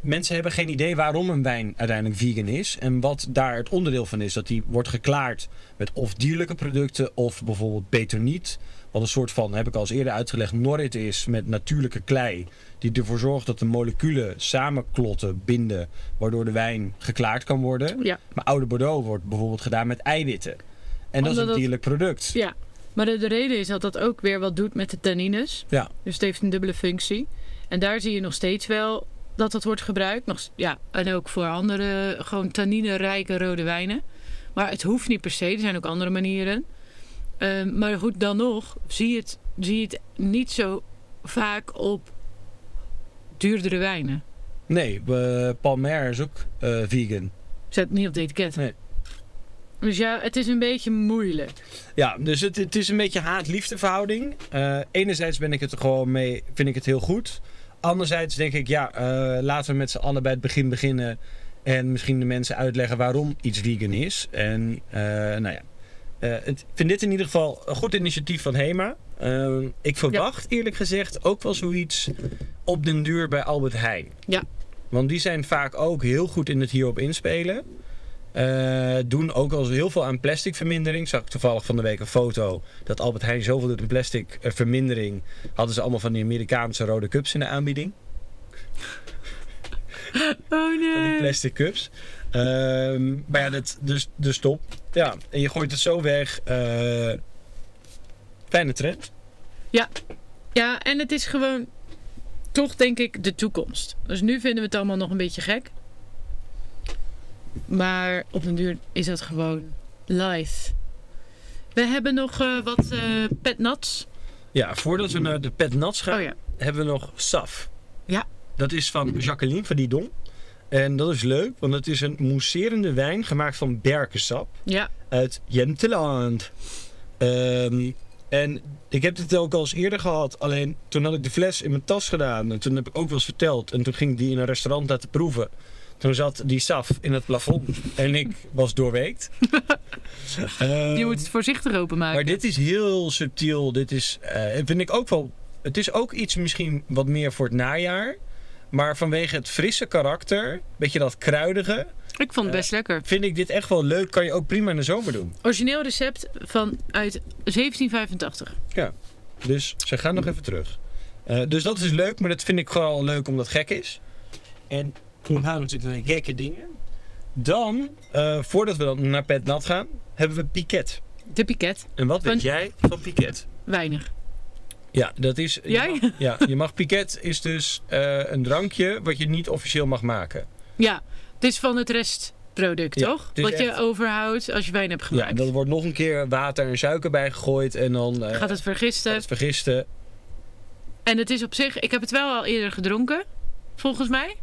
Speaker 1: Mensen hebben geen idee waarom een wijn uiteindelijk vegan is. En wat daar het onderdeel van is. Dat die wordt geklaard met of dierlijke producten of bijvoorbeeld beter niet. Wat een soort van, heb ik al eens eerder uitgelegd, norrit is met natuurlijke klei. Die ervoor zorgt dat de moleculen samenklotten, binden. Waardoor de wijn geklaard kan worden.
Speaker 2: Ja.
Speaker 1: Maar oude Bordeaux wordt bijvoorbeeld gedaan met eiwitten. En dat
Speaker 2: Omdat
Speaker 1: is een
Speaker 2: dat-
Speaker 1: dierlijk product.
Speaker 2: Ja. Maar de, de reden is dat dat ook weer wat doet met de tannines.
Speaker 1: Ja.
Speaker 2: Dus het heeft een dubbele functie. En daar zie je nog steeds wel dat dat wordt gebruikt. Nog, s- ja, en ook voor andere gewoon tanninerijke rode wijnen. Maar het hoeft niet per se. Er zijn ook andere manieren. Ehm, maar goed, dan nog zie je, het, zie je het niet zo vaak op duurdere wijnen.
Speaker 1: Nee, eh, Palmer is ook eh, vegan.
Speaker 2: Zet niet op het etiket.
Speaker 1: Nee.
Speaker 2: Dus ja, het is een beetje moeilijk.
Speaker 1: Ja, dus het, het is een beetje haat-liefde verhouding. Eh, enerzijds ben ik het er gewoon mee, vind ik het heel goed. Anderzijds denk ik, ja, eh, laten we met z'n allen bij het begin beginnen. En misschien de mensen uitleggen waarom iets vegan is. En eh, nou ja, Eh, het- ik vind dit in ieder geval een goed initiatief van HEMA. Eh, ik verwacht eerlijk gezegd ook wel zoiets op den duur bij Albert Heijn.
Speaker 2: Ja.
Speaker 1: Want die zijn vaak ook heel goed in het hierop inspelen. Eh, doen ook al heel veel aan plasticvermindering. Zag ik toevallig van de week een foto dat Albert Heijn zoveel doet aan plastic eh, vermindering. Hadden ze allemaal van die Amerikaanse rode cups in de aanbieding.
Speaker 2: Oh
Speaker 1: Van die
Speaker 2: nee.
Speaker 1: plastic cups. Ehm, maar ja, dat, dus, dus top. Ja, en je gooit het zo weg. eh fijne trend.
Speaker 2: Ja, en het is gewoon toch denk ik de toekomst. Dus nu vinden we het allemaal nog een beetje gek. Maar op den duur is dat gewoon live. We hebben nog eh, wat eh pet nuts.
Speaker 1: Ja, voordat we naar de pet nats gaan,
Speaker 2: Oh ja.
Speaker 1: hebben we nog Saf.
Speaker 2: Ja.
Speaker 1: Dat is van Jacqueline van Didon. En dat is leuk, want het is een mousserende wijn gemaakt van berkensap.
Speaker 2: Ja,
Speaker 1: uit Jenteland. Ehm, en ik heb dit ook al eens eerder gehad. Alleen toen had ik de fles in mijn tas gedaan. En toen heb ik ook wel eens verteld. En toen ging ik die in een restaurant laten proeven. Toen zat die saf in het plafond. En ik was
Speaker 2: [LAUGHS]
Speaker 1: doorweekt. Ehm,
Speaker 2: je moet het voorzichtig openmaken.
Speaker 1: maar dit is heel subtiel. Dit is, eh, vind ik ook wel. Het is ook iets misschien wat meer voor het najaar. Maar vanwege het frisse karakter, beetje dat kruidige,
Speaker 2: Ik vond het best lekker.
Speaker 1: vind ik dit echt wel leuk. Kan je ook prima in de zomer doen.
Speaker 2: Origineel recept van uit 1785.
Speaker 1: Dus ze gaan nog even terug. Eh, dus dat is leuk, maar dat vind ik gewoon leuk omdat het gek is. En toen houden we natuurlijk naar gekke dingen. Dan, eh, voordat we dan naar Pet Nat gaan, hebben we Piket.
Speaker 2: De piket.
Speaker 1: En wat weet
Speaker 2: Van-
Speaker 1: jij van Piket?
Speaker 2: Weinig.
Speaker 1: Ja, dat is. je
Speaker 2: Jij? [LAUGHS]
Speaker 1: mag- ja, je mag piquet is dus eh, een drankje wat je niet officieel mag maken.
Speaker 2: Ja, het is van het restproduct,
Speaker 1: Ja,
Speaker 2: toch?
Speaker 1: het is
Speaker 2: Wat je
Speaker 1: echt-
Speaker 2: overhoudt als je wijn hebt
Speaker 1: Ja, en
Speaker 2: gemaakt.
Speaker 1: dan wordt nog een keer water en suiker bij gegooid en dan eh,
Speaker 2: Gaat het vergisten.
Speaker 1: het vergisten.
Speaker 2: En het is op zich, ik heb het wel al eerder gedronken, volgens mij.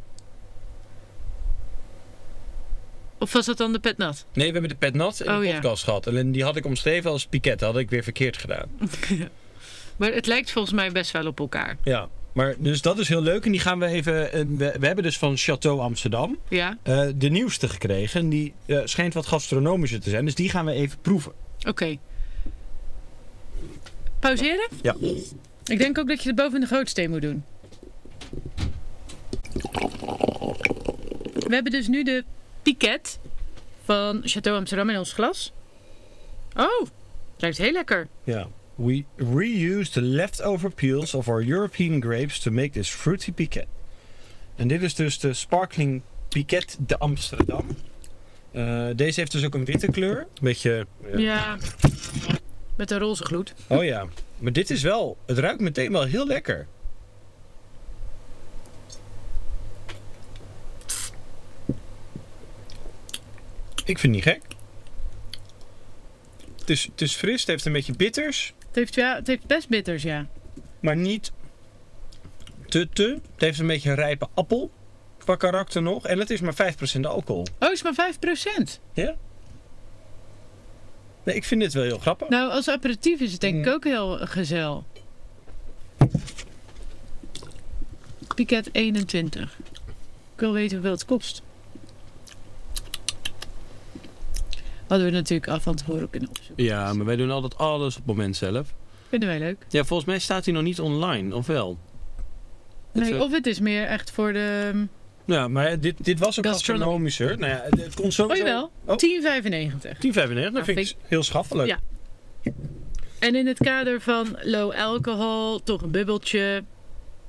Speaker 2: Of was dat dan de petnat?
Speaker 1: Nee, we hebben de pet nat in
Speaker 2: Oh,
Speaker 1: de
Speaker 2: ja.
Speaker 1: podcast gehad. Alleen die had ik omschreven als piquet. Dat had ik weer verkeerd gedaan.
Speaker 2: Maar het lijkt volgens mij best wel op elkaar.
Speaker 1: Ja, maar dus dat is heel leuk. En die gaan we even. eh, We, we hebben dus van Chateau Amsterdam
Speaker 2: Ja,
Speaker 1: eh, de nieuwste gekregen. En die eh, schijnt wat gastronomischer te zijn. Dus die gaan we even proeven.
Speaker 2: oké. Pauzeren?
Speaker 1: Ja.
Speaker 2: Ik denk ook dat je het boven in de grootsteen moet doen. We hebben dus nu de piquet van Chateau Amsterdam in ons glas. Oh, ruikt heel lekker.
Speaker 1: Ja. We reuse the leftover peels of our European grapes to make this fruity piquet. En dit is dus de Sparkling Piquet de Amsterdam. Eh, deze heeft dus ook een witte kleur. Beetje.
Speaker 2: Ja, met een roze gloed.
Speaker 1: Oh ja. Maar dit is wel. Het ruikt meteen wel heel lekker. Ik vind het niet gek. Het is, het is fris, het heeft een beetje bitters.
Speaker 2: Het heeft, ja, het heeft best bitters, ja.
Speaker 1: maar niet te te. Het heeft een beetje een rijpe appel qua karakter nog. En het is maar 5% alcohol.
Speaker 2: Oh, het is maar 5%.
Speaker 1: Nee, ik vind dit wel heel grappig.
Speaker 2: Nou, als aperitief is het denk ik
Speaker 1: Mm.
Speaker 2: ook heel eh, gezel. Piket 21. Ik wil weten hoeveel het kost. Hadden we natuurlijk af van tevoren kunnen opzoeken.
Speaker 1: Ja, maar wij doen altijd alles op het moment zelf.
Speaker 2: Vinden wij leuk.
Speaker 1: Ja, volgens mij staat hij nog niet online, of wel?
Speaker 2: Nee,
Speaker 1: eh,
Speaker 2: of het is meer echt voor de... ehm,
Speaker 1: Ja, maar dit, dit was ook
Speaker 2: Gastronom-
Speaker 1: astronomischer. Nou ja, het kon zo...
Speaker 2: Oh jawel,
Speaker 1: Oh.
Speaker 2: 10,95.
Speaker 1: 10,95, dat vind ik dus
Speaker 2: vind
Speaker 1: heel schaffelijk.
Speaker 2: Ja. En in het kader van low alcohol, toch een bubbeltje,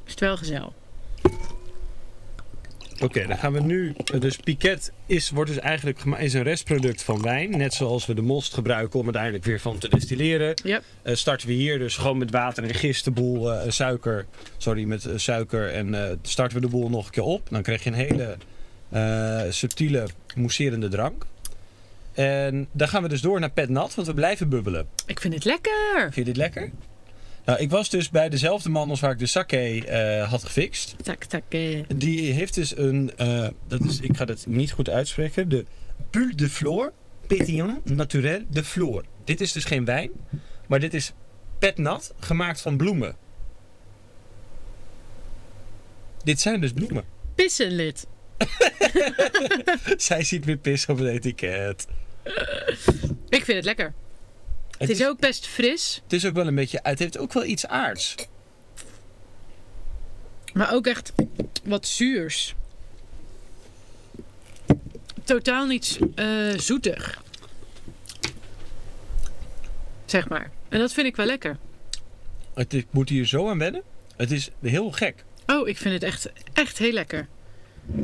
Speaker 2: is het wel gezel.
Speaker 1: Oké, dan gaan we nu. Dus piquet is, wordt dus eigenlijk gema- is een restproduct van wijn. Net zoals we de most gebruiken om uiteindelijk weer van te destilleren.
Speaker 2: Yep.
Speaker 1: Eh, starten we hier dus gewoon met water en gist de boel eh, suiker. Sorry, met eh, suiker. En eh, starten we de boel nog een keer op. Dan krijg je een hele eh, subtiele, mousserende drank. En dan gaan we dus door naar pet nat, want we blijven bubbelen.
Speaker 2: Ik vind het lekker.
Speaker 1: Vind je dit lekker? Nou, ik was dus bij dezelfde man als waar ik de sake eh, had gefixt.
Speaker 2: Tak, tak. eh.
Speaker 1: Die heeft dus een, eh, dat is, ik ga dat niet goed uitspreken, de Pull de Flor Pétillon Naturel de Flor. Dit is dus geen wijn, maar dit is petnat, gemaakt van bloemen. Dit zijn dus bloemen. [LAUGHS]
Speaker 2: Pissenlid.
Speaker 1: Zij ziet weer pis op het etiket.
Speaker 2: Ik vind het lekker. Het is ook best fris,
Speaker 1: het is ook wel een beetje, het heeft ook wel iets aards.
Speaker 2: maar ook echt wat zuurs. Totaal niet eh, zoetig. Zeg maar. En dat vind ik wel lekker.
Speaker 1: Het, ik moet hier zo aan wennen. Het is heel gek.
Speaker 2: Oh, ik vind het echt, echt heel lekker.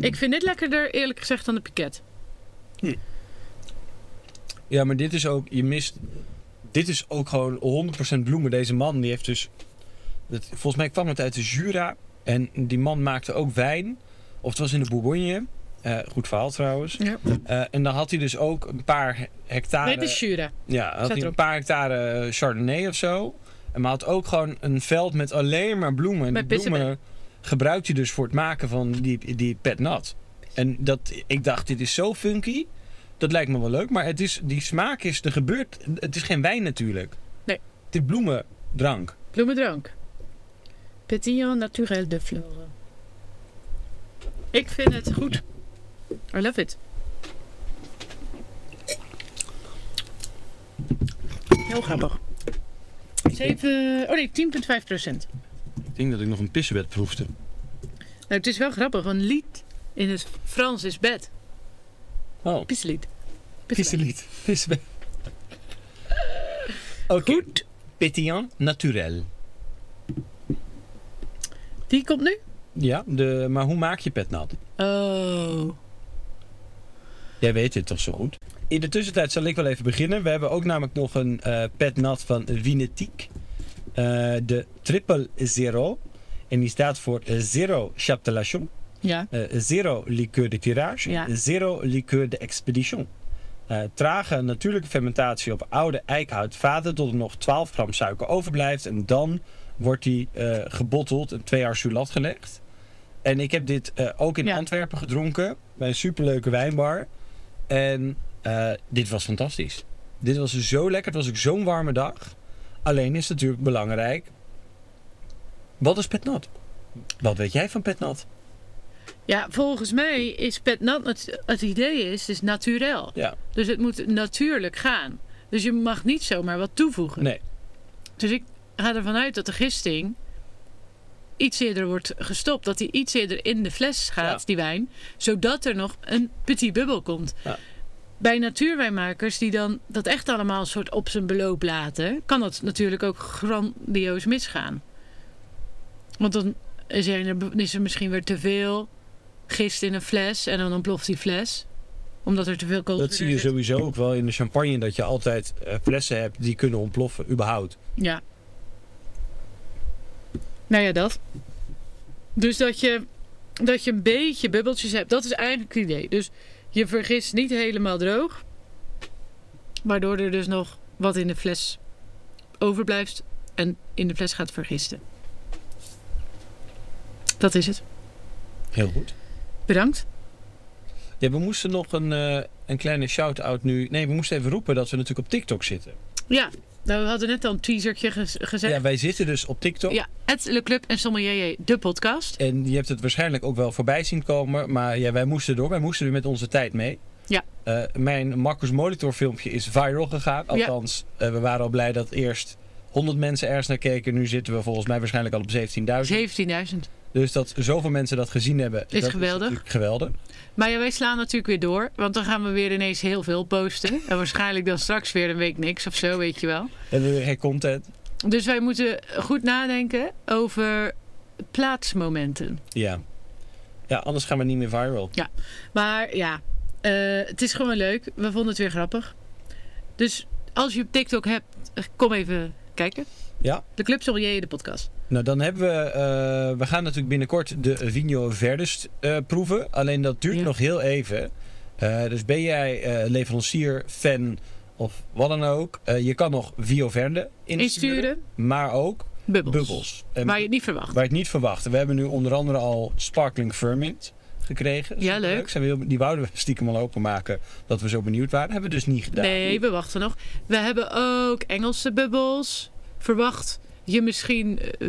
Speaker 2: Ik vind dit lekkerder, eerlijk gezegd, dan de piket.
Speaker 1: Ja, maar dit is ook, je mist. Dit is ook gewoon 100% bloemen. Deze man die heeft dus. dat- volgens mij kwam het uit de Jura. En die man maakte ook wijn. Of het was in de Bourgogne. Eh, goed verhaal trouwens.
Speaker 2: Ja.
Speaker 1: Eh, en dan had hij dus ook een paar he- hectare.
Speaker 2: Nee, de Jura.
Speaker 1: ja, had hij
Speaker 2: erop.
Speaker 1: een paar hectare eh, Chardonnay of zo. En maar had ook gewoon een veld met alleen maar bloemen. En
Speaker 2: Met
Speaker 1: die bloemen
Speaker 2: pissenbellen.
Speaker 1: gebruikt hij dus voor het maken van die, die pet nat. En dat, ik dacht, dit is zo funky. Dat lijkt me wel leuk. Maar het is, die smaak is, er gebeurt, het is geen wijn natuurlijk.
Speaker 2: Nee.
Speaker 1: Het is bloemendrank.
Speaker 2: Bloemendrank. Petillon naturel de flore. Ik vind het goed. I love it. Heel grappig. 7, oh nee, 10,5 procent.
Speaker 1: Ik denk dat ik nog een pissebed proefde.
Speaker 2: Nou, het is wel grappig. Een lied in het Frans is bed.
Speaker 1: Oh,
Speaker 2: Pisselied.
Speaker 1: pisselied. Pissebed. Oké.
Speaker 2: Goed.
Speaker 1: Pétillant naturel.
Speaker 2: Die komt nu?
Speaker 1: Ja, de, maar hoe maak je pet nat?
Speaker 2: Oh.
Speaker 1: Jij weet dit toch zo goed? In de tussentijd zal ik wel even beginnen. We hebben ook namelijk nog een eh pet nat van Winetique. eh, de triple zero. En die staat voor eh, zero chaptelation,
Speaker 2: Ja.
Speaker 1: eh, zero liqueur de tirage,
Speaker 2: Ja.
Speaker 1: zero liqueur de expedition. Eh, trage natuurlijke fermentatie op oude eikenhoutvaten tot er nog 12 gram suiker overblijft. En dan wordt die eh, gebotteld en twee jaar sulat gelegd. En ik heb dit eh, ook in
Speaker 2: Ja.
Speaker 1: Antwerpen gedronken bij een superleuke wijnbar. En eh, dit was fantastisch. Dit was dus zo lekker. Het was ook zo'n warme dag. Alleen is het natuurlijk belangrijk. Wat is petnat? Wat weet jij van petnat?
Speaker 2: ja, volgens mij is pet nat het, het idee is, is naturel.
Speaker 1: Ja.
Speaker 2: Dus het moet natuurlijk gaan. Dus je mag niet zomaar wat toevoegen.
Speaker 1: Nee.
Speaker 2: Dus ik ga ervan uit dat de gisting iets eerder wordt gestopt. Dat die iets eerder in de fles gaat,
Speaker 1: Ja.
Speaker 2: die wijn. Zodat er nog een petit bubbel komt.
Speaker 1: Ja.
Speaker 2: Bij natuurwijnmakers die dan dat echt allemaal soort op zijn beloop laten... kan dat natuurlijk ook grandioos misgaan. Want dan is er, is er misschien weer te veel gist in een fles... en dan ontploft die fles omdat er te veel koolzuur
Speaker 1: Dat zie je
Speaker 2: in zit.
Speaker 1: sowieso ook wel in de champagne. Dat je altijd eh, flessen hebt die kunnen ontploffen. Überhaupt.
Speaker 2: Ja. Nou ja, dat. Dus dat je, dat je een beetje bubbeltjes hebt, dat is eigenlijk het idee. Dus je vergist niet helemaal droog, waardoor er dus nog wat in de fles overblijft en in de fles gaat vergisten. Dat is het.
Speaker 1: Heel goed.
Speaker 2: Bedankt.
Speaker 1: Ja, we moesten nog een, eh, een kleine shout-out nu. Nee, we moesten even roepen dat we natuurlijk op TikTok zitten.
Speaker 2: Ja, nou, we hadden net al een teasertje gez-
Speaker 1: Ja,
Speaker 2: gezegd.
Speaker 1: wij zitten dus op TikTok.
Speaker 2: Ja, het Le Club en Sommelier, J.J., de podcast.
Speaker 1: En je hebt het waarschijnlijk ook wel voorbij zien komen. Maar ja, wij moesten door. Wij moesten er met onze tijd mee.
Speaker 2: Ja.
Speaker 1: Eh, mijn Marcus Molitor filmpje is viral gegaan.
Speaker 2: Ja.
Speaker 1: Althans, eh, we waren al blij dat eerst 100 mensen ergens naar keken. Nu zitten we volgens mij waarschijnlijk al op 17.000.
Speaker 2: 17.000.
Speaker 1: Dus dat zoveel mensen dat gezien hebben. dat
Speaker 2: geweldig.
Speaker 1: natuurlijk geweldig.
Speaker 2: Maar ja, wij slaan natuurlijk weer door. Want dan gaan we weer ineens heel veel posten. En waarschijnlijk dan straks weer een week niks of zo, weet je wel.
Speaker 1: En weer geen content.
Speaker 2: Dus wij moeten goed nadenken over plaatsmomenten.
Speaker 1: Ja. Ja, anders gaan we niet meer viral.
Speaker 2: Maar ja, eh, het is gewoon leuk. We vonden het weer grappig. Dus als je TikTok hebt, eh, kom even kijken.
Speaker 1: Ja.
Speaker 2: De Club Sommelier, de podcast.
Speaker 1: Nou, dan hebben we... eh, we gaan natuurlijk binnenkort de Vigno Verdest eh, proeven. Alleen dat duurt
Speaker 2: Ja.
Speaker 1: nog heel even. Eh, dus ben jij eh, leverancier, fan of wat dan ook... eh, je kan nog Vio Verde insturen.
Speaker 2: Insturen,
Speaker 1: Maar ook
Speaker 2: bubbels.
Speaker 1: bubbels. En
Speaker 2: Waar je het niet verwacht.
Speaker 1: waar je het niet verwacht. We hebben nu onder andere al Sparkling Ferment gekregen.
Speaker 2: Ja,
Speaker 1: Superleuk.
Speaker 2: leuk.
Speaker 1: Zijn we heel- die wouden we stiekem al openmaken. Dat we zo benieuwd waren. Hebben we dus niet gedaan.
Speaker 2: Nee, we wachten nog. We hebben ook Engelse bubbels. Verwacht je misschien eh,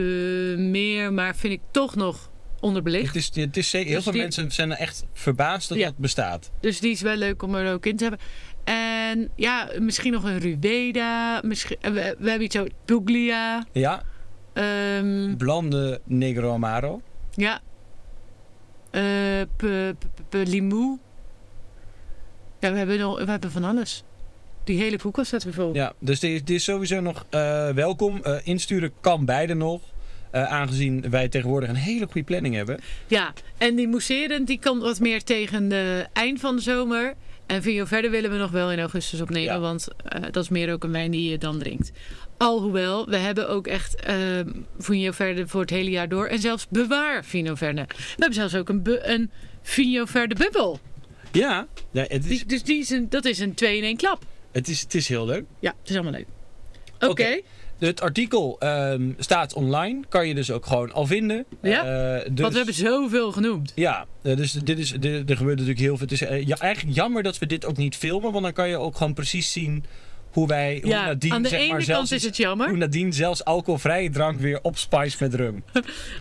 Speaker 2: meer, maar vind ik toch nog onderbelicht.
Speaker 1: Het is, het is, zeker- heel
Speaker 2: Dus
Speaker 1: veel
Speaker 2: die-
Speaker 1: mensen zijn er echt verbaasd dat
Speaker 2: Ja.
Speaker 1: dat bestaat.
Speaker 2: Dus die is wel leuk om er ook in te hebben. En ja, misschien nog een Rubeda. Misschien, eh, we, we hebben iets over Puglia.
Speaker 1: Ja,
Speaker 2: Ehm,
Speaker 1: blande Negro Amaro.
Speaker 2: ja. Eh, p- p- p- Limoux. Ja, we hebben, nog, we hebben van alles. Die hele koelkast staat weer vol.
Speaker 1: Ja, dus dit is, dit is sowieso nog eh, welkom. Eh, insturen kan beide nog. Eh, aangezien wij tegenwoordig een hele goede planning hebben.
Speaker 2: Ja, en die mousserend die kan wat meer tegen de eind van de zomer. En Vino verder willen we nog wel in augustus opnemen.
Speaker 1: Ja.
Speaker 2: Want eh, dat is meer ook een wijn die je dan drinkt. Alhoewel, we hebben ook echt eh Vino Verde voor het hele jaar door. En zelfs bewaar Vino Verde. We hebben zelfs ook een, bu- een Vino Verde bubbel.
Speaker 1: Ja, ja, het, is,
Speaker 2: Die, dus die is een, dat is een 2 in 1 klap.
Speaker 1: het, is, het is heel leuk.
Speaker 2: Ja, het is allemaal leuk. Oké,
Speaker 1: Oké. Het artikel ehm, staat online. Kan je dus ook gewoon al vinden.
Speaker 2: Ja,
Speaker 1: Eh, dus-
Speaker 2: want we hebben zoveel genoemd.
Speaker 1: Ja, eh, dus dit is, dit, er gebeurt natuurlijk heel veel. Het is eh, ja, eigenlijk jammer dat we dit ook niet filmen. Want dan kan je ook gewoon precies zien hoe wij... hoe
Speaker 2: Ja, nou,
Speaker 1: Nadine,
Speaker 2: aan de
Speaker 1: zeg
Speaker 2: ene
Speaker 1: maar, zelfs
Speaker 2: kant is
Speaker 1: iets-
Speaker 2: het jammer.
Speaker 1: Hoe nadien zelfs alcoholvrije drank weer opspice met rum.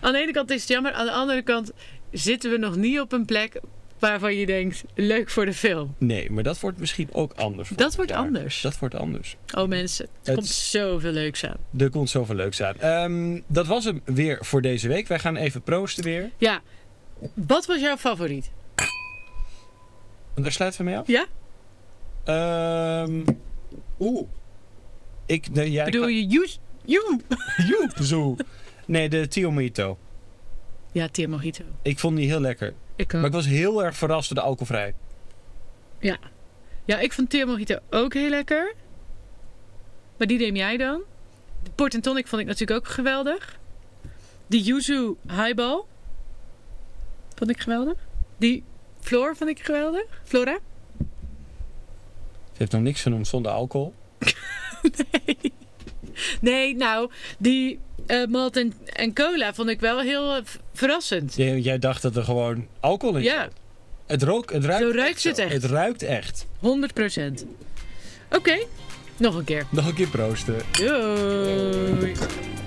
Speaker 2: Aan de ene kant is het jammer, aan de andere kant zitten we nog niet op een plek waarvan je denkt, leuk voor de film.
Speaker 1: Nee, maar dat wordt misschien ook anders.
Speaker 2: Dat
Speaker 1: volgend
Speaker 2: wordt
Speaker 1: jaar.
Speaker 2: anders.
Speaker 1: Dat wordt anders.
Speaker 2: Oh mensen, er
Speaker 1: Het-
Speaker 2: komt zoveel leuks aan.
Speaker 1: Er komt zoveel leuks aan. Ehm, dat was hem weer voor deze week. Wij gaan even proosten weer.
Speaker 2: Ja, wat was jouw favoriet?
Speaker 1: En daar sluiten we mee af.
Speaker 2: Ja?
Speaker 1: Ehm, Oeh. Ik, nee, jij
Speaker 2: Bedoel je you? you?
Speaker 1: Joep, zo. Nee, de Tio Mojito.
Speaker 2: Ja, Tia Mojito.
Speaker 1: Ik vond die heel lekker.
Speaker 2: Ik, eh,
Speaker 1: Maar
Speaker 2: ook.
Speaker 1: ik was heel erg verrast door de alcoholvrij.
Speaker 2: ja, ik vond Tia Mojito ook heel lekker. Maar die neem jij dan? de port en tonic vond ik natuurlijk ook geweldig. Die yuzu highball vond ik geweldig. Die Floor vond ik geweldig. Flora?
Speaker 1: Ze heeft nog niks genoemd zonder alcohol.
Speaker 2: Nee, nou, die eh, malt en, en cola vond ik wel heel eh, v- verrassend.
Speaker 1: Jij, jij dacht dat er gewoon alcohol in
Speaker 2: Ja,
Speaker 1: zat. Het, rook, het ruikt
Speaker 2: Zo ruikt het echt.
Speaker 1: Het ruikt echt.
Speaker 2: 100 procent. Oké, nog een keer.
Speaker 1: Nog een keer proosten.
Speaker 2: Doei.